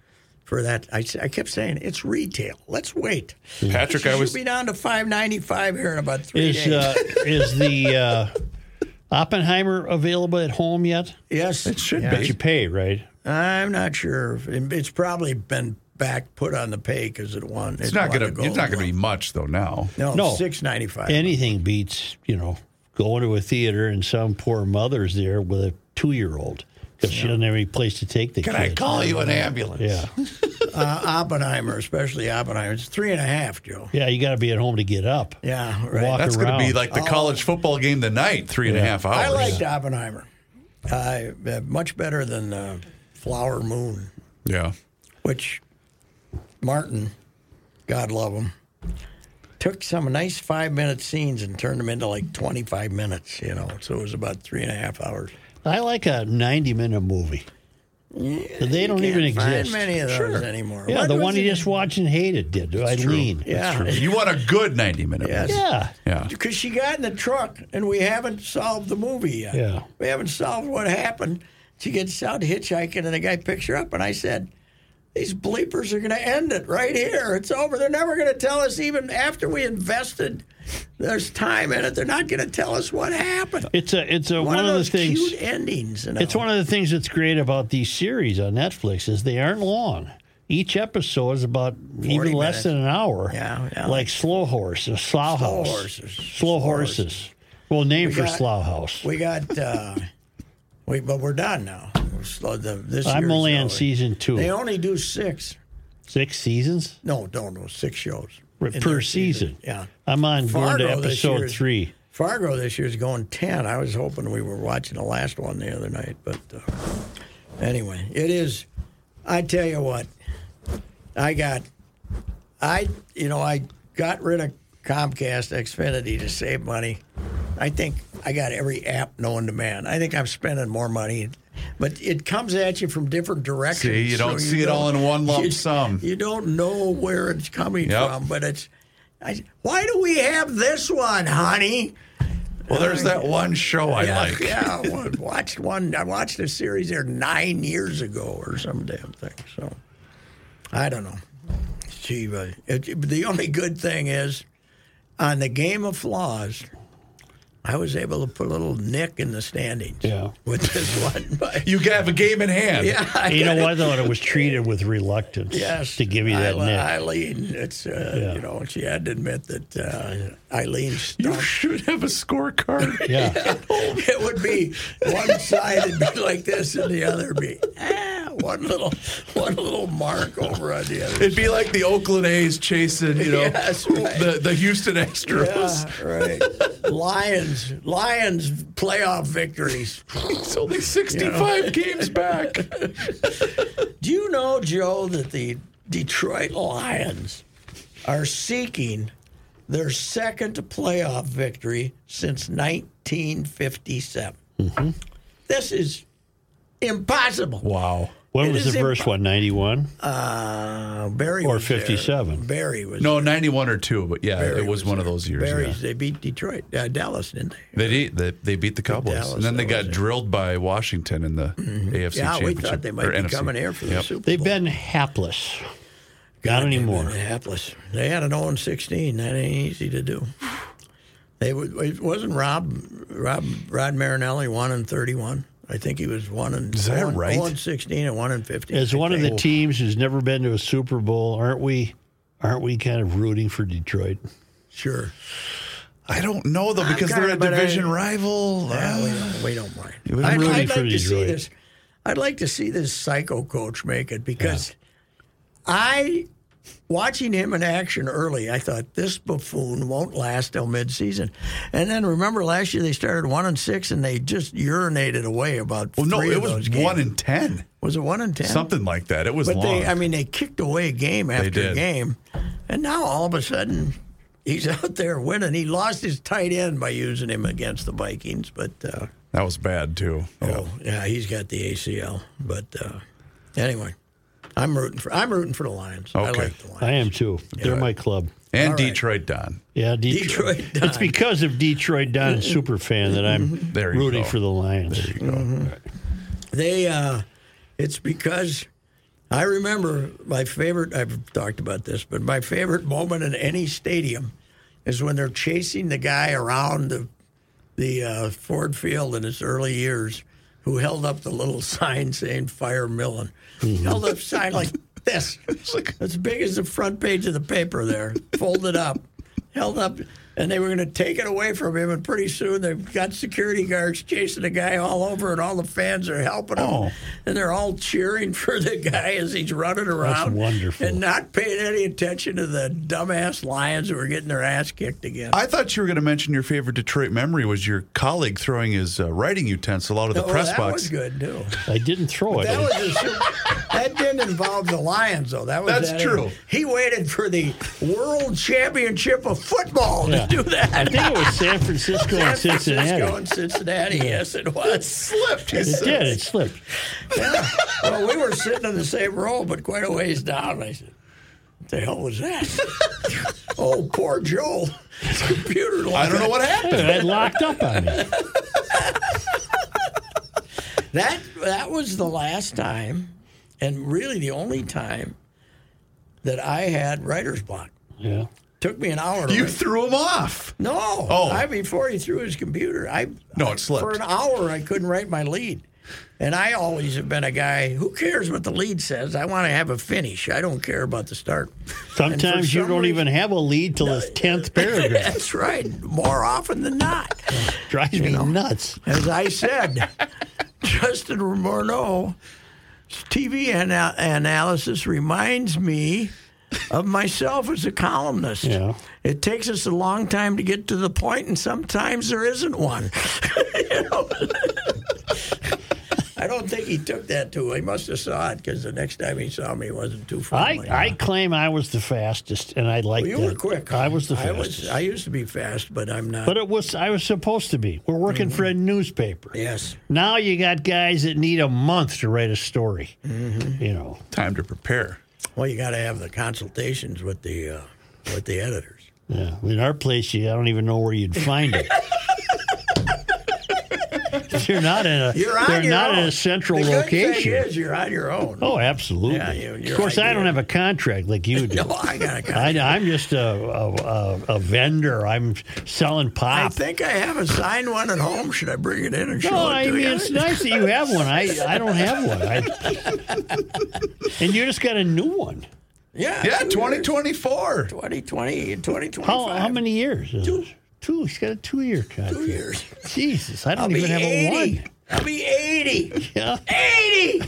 [SPEAKER 1] for that I, s- I kept saying it's retail. Let's wait.
[SPEAKER 4] Patrick,
[SPEAKER 1] It
[SPEAKER 4] I
[SPEAKER 1] should
[SPEAKER 4] was
[SPEAKER 1] be down to five ninety five here in about three
[SPEAKER 3] Is
[SPEAKER 1] days.
[SPEAKER 3] uh, is the uh, Oppenheimer available at home yet?
[SPEAKER 1] yes, it should
[SPEAKER 3] But you pay, right?
[SPEAKER 1] I'm not sure. if- it- It's probably been back put on the pay because it won.
[SPEAKER 4] it's not gonna it's not gonna be much though now.
[SPEAKER 1] No,
[SPEAKER 3] No.
[SPEAKER 1] six ninety five.
[SPEAKER 3] Anything beats you know going to a theater and some poor mother's there with a two year old because she doesn't have any place to take the
[SPEAKER 4] Can
[SPEAKER 3] kid.
[SPEAKER 4] I call you an ambulance?
[SPEAKER 3] Yeah,
[SPEAKER 1] Uh, Oppenheimer, especially Oppenheimer, it's three and a half, Joe.
[SPEAKER 3] yeah. You got to be at home to get up.
[SPEAKER 1] Yeah, right.
[SPEAKER 3] Walk
[SPEAKER 4] That's gonna be
[SPEAKER 3] around.
[SPEAKER 4] like the college football game tonight, three and a half
[SPEAKER 1] Oh. I
[SPEAKER 3] Oh,
[SPEAKER 4] hours.
[SPEAKER 1] liked Oppenheimer. I uh, much better than uh, Flower Moon,
[SPEAKER 4] Yeah.
[SPEAKER 1] which Martin, God love him, took some nice five minute scenes and turned them into like twenty five minutes. You know, so it was about three and a half hours.
[SPEAKER 3] I like a 90 minute movie. they don't even
[SPEAKER 1] Can't find
[SPEAKER 3] exist.
[SPEAKER 1] many of those anymore.
[SPEAKER 3] Yeah,
[SPEAKER 1] What
[SPEAKER 3] the
[SPEAKER 1] was
[SPEAKER 3] one you
[SPEAKER 1] it?
[SPEAKER 3] just watched and hated did. Eileen.
[SPEAKER 1] Yeah.
[SPEAKER 4] You want a good ninety minute
[SPEAKER 1] Yes.
[SPEAKER 4] movie.
[SPEAKER 3] Yeah.
[SPEAKER 4] Yeah.
[SPEAKER 1] Because she got in the truck, and we haven't solved the movie yet.
[SPEAKER 3] Yeah.
[SPEAKER 1] We haven't solved what happened. She gets out hitchhiking, and the guy picks her up, and I said, these bleepers are going to end it right here. It's over. They're never going to tell us, even after we invested. There's time in it. They're not going to tell us what happened.
[SPEAKER 3] It's a it's a one,
[SPEAKER 1] of
[SPEAKER 3] of the
[SPEAKER 1] those
[SPEAKER 3] things
[SPEAKER 1] cute endings. You know?
[SPEAKER 3] it's one of the things that's great about these series on Netflix is they aren't long. Each episode is about even
[SPEAKER 1] minutes.
[SPEAKER 3] less than an hour.
[SPEAKER 1] Yeah, yeah.
[SPEAKER 3] Like Slow Horse or Slough
[SPEAKER 1] Slow
[SPEAKER 3] House.
[SPEAKER 1] Horses.
[SPEAKER 3] Slow Horses. Well, name for
[SPEAKER 1] got-
[SPEAKER 3] Slough House.
[SPEAKER 1] We got, uh, we, but we're done now. We're slow- the- This
[SPEAKER 3] I'm
[SPEAKER 1] year's
[SPEAKER 3] only on
[SPEAKER 1] over.
[SPEAKER 3] season two.
[SPEAKER 1] They only do six.
[SPEAKER 3] Six seasons
[SPEAKER 1] No, don't know. Six shows.
[SPEAKER 3] per
[SPEAKER 1] in
[SPEAKER 3] season. Um,
[SPEAKER 1] their Yeah.
[SPEAKER 3] I'm on going
[SPEAKER 1] Fargo
[SPEAKER 3] to
[SPEAKER 1] this year
[SPEAKER 3] episode
[SPEAKER 1] is-
[SPEAKER 3] three.
[SPEAKER 1] Fargo this year's going 10. I was hoping we were watching the last one the other night, but uh, anyway, it is. I tell you what, I got, I, you know, I got rid of Comcast Xfinity to save money. I think I got every app known to man. I think I'm spending more money, but it comes at you from different directions.
[SPEAKER 4] See, you
[SPEAKER 1] so
[SPEAKER 4] don't see it all in one lump
[SPEAKER 1] you-
[SPEAKER 4] sum.
[SPEAKER 1] You don't know where it's coming
[SPEAKER 4] Yep.
[SPEAKER 1] from, but it's. I, why do we have this one, honey?
[SPEAKER 4] Well, there's that one show I
[SPEAKER 1] yeah,
[SPEAKER 4] like.
[SPEAKER 1] yeah. I wa- watched one. I watched a series there nine years ago or some damn thing. So I don't know. Gee, uh, it, it- the only good thing is on the game of flaws, I was able to put a little nick in the standings.
[SPEAKER 3] Yeah.
[SPEAKER 1] With this one, but
[SPEAKER 4] You have a game in hand.
[SPEAKER 1] yeah, I
[SPEAKER 3] You know what though? It was treated with reluctance
[SPEAKER 1] Yes,
[SPEAKER 3] to give you that
[SPEAKER 1] Eile-
[SPEAKER 3] nick.
[SPEAKER 1] Eileen, it's uh, you know she had to admit that uh, Eileen
[SPEAKER 4] You
[SPEAKER 1] stumped.
[SPEAKER 4] should have a scorecard.
[SPEAKER 3] yeah.
[SPEAKER 1] it would be one side would be like this, and the other would be ah, one little one little mark over on the other.
[SPEAKER 4] It'd be like the Oakland A's chasing, you know,
[SPEAKER 1] Yes, right.
[SPEAKER 4] the, the Houston Astros.
[SPEAKER 1] Yeah, right. Lions, Lions playoff victories.
[SPEAKER 4] It's only 65 games back.
[SPEAKER 1] Do you know, Joe, that the Detroit Lions are seeking their second playoff victory since 1957?
[SPEAKER 4] Mm-hmm.
[SPEAKER 1] This is impossible.
[SPEAKER 4] Wow.
[SPEAKER 3] When
[SPEAKER 1] It
[SPEAKER 3] was
[SPEAKER 1] is
[SPEAKER 3] the first one? 91?
[SPEAKER 1] Uh, Barry
[SPEAKER 3] Or
[SPEAKER 1] was there.
[SPEAKER 3] 57.
[SPEAKER 1] Barry was
[SPEAKER 4] No, 91 or 2, but yeah,
[SPEAKER 1] Barry
[SPEAKER 4] it was,
[SPEAKER 1] was
[SPEAKER 4] one of those years.
[SPEAKER 1] Barry's.
[SPEAKER 4] yeah.
[SPEAKER 1] They beat Detroit, uh, Dallas, didn't they?
[SPEAKER 4] They, beat- they, they beat the Cowboys.
[SPEAKER 1] Dallas,
[SPEAKER 4] and then they
[SPEAKER 1] that
[SPEAKER 4] got
[SPEAKER 1] was it. Mm-hmm.
[SPEAKER 4] drilled by Washington in the AFC
[SPEAKER 1] Yeah, we
[SPEAKER 4] Championship.
[SPEAKER 1] thought they
[SPEAKER 4] or
[SPEAKER 1] might be
[SPEAKER 4] NFC.
[SPEAKER 1] coming here for the
[SPEAKER 4] Yep.
[SPEAKER 1] Super Bowl.
[SPEAKER 3] They've been hapless. Not
[SPEAKER 1] Goddamn
[SPEAKER 3] anymore.
[SPEAKER 1] Minneapolis. They had an 0 and 16. That ain't easy to do. They w- it wasn't Rob Rob Rod Marinelli one and 31. I think he was one and
[SPEAKER 4] Is that
[SPEAKER 1] 0 and-
[SPEAKER 4] right? Oh,
[SPEAKER 1] 0 and 16 and one and 15.
[SPEAKER 3] As
[SPEAKER 1] I
[SPEAKER 3] one of
[SPEAKER 1] think.
[SPEAKER 3] the teams who's never been to a Super Bowl, aren't we? Aren't we kind of rooting for Detroit?
[SPEAKER 1] sure.
[SPEAKER 4] I don't know though because they're
[SPEAKER 1] kinda-
[SPEAKER 4] a
[SPEAKER 1] Ah, but I-
[SPEAKER 4] division rival.
[SPEAKER 1] Yeah,
[SPEAKER 4] Uh,
[SPEAKER 1] we don't, we don't mind.
[SPEAKER 3] was
[SPEAKER 1] I'd,
[SPEAKER 3] really
[SPEAKER 1] I'd
[SPEAKER 3] for
[SPEAKER 1] like to see
[SPEAKER 3] Detroit.
[SPEAKER 1] this. I'd like to see this psycho coach make it because I, watching him in action early, I thought this buffoon won't last till midseason. And then remember last year they started one and six and they just urinated away about.
[SPEAKER 4] well, no,
[SPEAKER 1] three
[SPEAKER 4] it
[SPEAKER 1] of
[SPEAKER 4] was
[SPEAKER 1] those games.
[SPEAKER 4] one in ten,
[SPEAKER 1] was it one and ten
[SPEAKER 4] something like that. It was
[SPEAKER 1] But
[SPEAKER 4] long.
[SPEAKER 1] they, I mean, they kicked away game after
[SPEAKER 4] did.
[SPEAKER 1] game, and now all of a sudden. He's out there winning. He lost his tight end by using him against the Vikings, but uh,
[SPEAKER 4] that was bad too.
[SPEAKER 1] Oh yeah, he's got the ACL. But uh, anyway, I'm rooting for I'm rooting for the Lions. I
[SPEAKER 4] Okay.
[SPEAKER 1] like the Lions.
[SPEAKER 3] I am too. They're my club.
[SPEAKER 4] And Detroit Don.
[SPEAKER 3] Yeah, Detroit.
[SPEAKER 1] Detroit.
[SPEAKER 3] It's because of Detroit Don and Superfan that I'm
[SPEAKER 4] There you
[SPEAKER 3] rooting
[SPEAKER 4] go.
[SPEAKER 3] for the Lions. There you go.
[SPEAKER 1] They. Uh, it's because I remember my favorite. I've talked about this, but my favorite moment in any stadium is when they're chasing the guy around the the uh, Ford Field in his early years, who held up the little sign saying "Fire Millen,"
[SPEAKER 4] Mm-hmm.
[SPEAKER 1] held up sign like this, as big as the front page of the paper. There, folded up, held up, and they were going to take it away from him. And pretty soon, they've got security guards chasing the guy all over, and all the fans are helping him,
[SPEAKER 4] Oh.
[SPEAKER 1] and they're all cheering for the guy as he's running around.
[SPEAKER 3] wonderful.
[SPEAKER 1] And not paying any attention to the dumbass Lions who are getting their ass kicked again.
[SPEAKER 4] I thought you were going to mention your favorite Detroit memory was your colleague throwing his uh, writing utensil out of the
[SPEAKER 1] Oh,
[SPEAKER 4] press
[SPEAKER 1] that
[SPEAKER 4] box.
[SPEAKER 1] was good too.
[SPEAKER 3] I didn't throw it.
[SPEAKER 1] That was a super, that didn't involve the Lions though. That was
[SPEAKER 4] That's
[SPEAKER 1] that-
[SPEAKER 4] true.
[SPEAKER 1] He waited for the World Championship of Football
[SPEAKER 3] Yeah.
[SPEAKER 1] to do that.
[SPEAKER 3] I think it was San Francisco and
[SPEAKER 1] San
[SPEAKER 3] Cincinnati.
[SPEAKER 1] Francisco and Cincinnati. Yes, it was.
[SPEAKER 4] Slipped. He
[SPEAKER 3] It
[SPEAKER 4] said.
[SPEAKER 3] did. It slipped.
[SPEAKER 1] well, we were sitting in the same row, but quite a ways down. And I said, "What the hell was that?" oh, poor Joel. His computer.
[SPEAKER 4] I don't know what happened.
[SPEAKER 3] It had locked up on me.
[SPEAKER 1] That that was the last time, and really the only time that I had writer's block.
[SPEAKER 3] Yeah.
[SPEAKER 1] Took me an hour. To
[SPEAKER 4] You
[SPEAKER 1] write.
[SPEAKER 4] threw him off.
[SPEAKER 1] No.
[SPEAKER 4] Oh.
[SPEAKER 1] I before he threw his computer, I
[SPEAKER 4] No, it slipped.
[SPEAKER 1] for an hour I couldn't write my lead. And I always have been a guy who cares what the lead says. I want to have a finish. I don't care about the start. And for
[SPEAKER 3] Sometimes you
[SPEAKER 1] some
[SPEAKER 3] don't
[SPEAKER 1] reason-
[SPEAKER 3] even have a lead till the tenth paragraph.
[SPEAKER 1] That's right. More often than not.
[SPEAKER 3] Drives me nuts.
[SPEAKER 1] As I said, Justin Morneau's TV ana- analysis reminds me of myself as a columnist.
[SPEAKER 3] Yeah.
[SPEAKER 1] It takes us a long time to get to the point, and sometimes there isn't one. You know? I don't think he took that too. He must have saw it because the next time he saw me, he wasn't too
[SPEAKER 3] I,
[SPEAKER 1] friendly.
[SPEAKER 3] I claim I was the fastest, and I like
[SPEAKER 1] Oh, you
[SPEAKER 3] that.
[SPEAKER 1] were quick.
[SPEAKER 3] I was the
[SPEAKER 1] I
[SPEAKER 3] fastest.
[SPEAKER 1] was. uh, I used to be fast, but I'm not.
[SPEAKER 3] but it was I was supposed to be. We're working
[SPEAKER 1] Mm-hmm.
[SPEAKER 3] for a newspaper.
[SPEAKER 1] yes.
[SPEAKER 3] Now you got guys that need a month to write a story.
[SPEAKER 1] Mm-hmm.
[SPEAKER 3] You know,
[SPEAKER 4] Time to prepare.
[SPEAKER 1] Well, you got to have the consultations with the uh, with the editors.
[SPEAKER 3] yeah. In our place, you, I don't even know where you'd find it. 'Cause You're not in a.
[SPEAKER 1] You're on
[SPEAKER 3] they're
[SPEAKER 1] your
[SPEAKER 3] not
[SPEAKER 1] own.
[SPEAKER 3] in a central
[SPEAKER 1] the good
[SPEAKER 3] location.
[SPEAKER 1] Thing is, you're on your own.
[SPEAKER 3] Oh, absolutely.
[SPEAKER 1] Yeah, you- you're
[SPEAKER 3] of course, I
[SPEAKER 1] ideal.
[SPEAKER 3] don't have a contract like you do.
[SPEAKER 1] no, I got a
[SPEAKER 3] I,
[SPEAKER 1] contract.
[SPEAKER 3] am just a, a, a, a vendor. I'm selling
[SPEAKER 1] I,
[SPEAKER 3] pop.
[SPEAKER 1] think I have a signed one at home. Should I bring it in and show
[SPEAKER 3] no,
[SPEAKER 1] it
[SPEAKER 3] I
[SPEAKER 1] to
[SPEAKER 3] mean
[SPEAKER 1] you?
[SPEAKER 3] it's nice that you have one. I, I don't have one. I, and you just got a new one.
[SPEAKER 1] Yeah,
[SPEAKER 4] Yeah,
[SPEAKER 1] two years.
[SPEAKER 4] 2024.
[SPEAKER 1] 2020, 2025.
[SPEAKER 3] How, how many years? is
[SPEAKER 1] Two.
[SPEAKER 3] it? Two. He's got a two-year contract.
[SPEAKER 1] Two years.
[SPEAKER 3] Jesus, I don't
[SPEAKER 1] I'll be
[SPEAKER 3] even have
[SPEAKER 1] 80.
[SPEAKER 3] a one.
[SPEAKER 1] I'll be 80.
[SPEAKER 3] Yeah.
[SPEAKER 1] 80.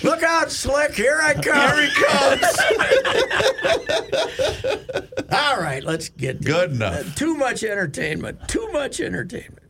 [SPEAKER 1] Look out, Slick. Here I come. Here he comes. All right, let's get to
[SPEAKER 4] Good
[SPEAKER 1] it.
[SPEAKER 4] enough.
[SPEAKER 1] Too much entertainment. Too much entertainment.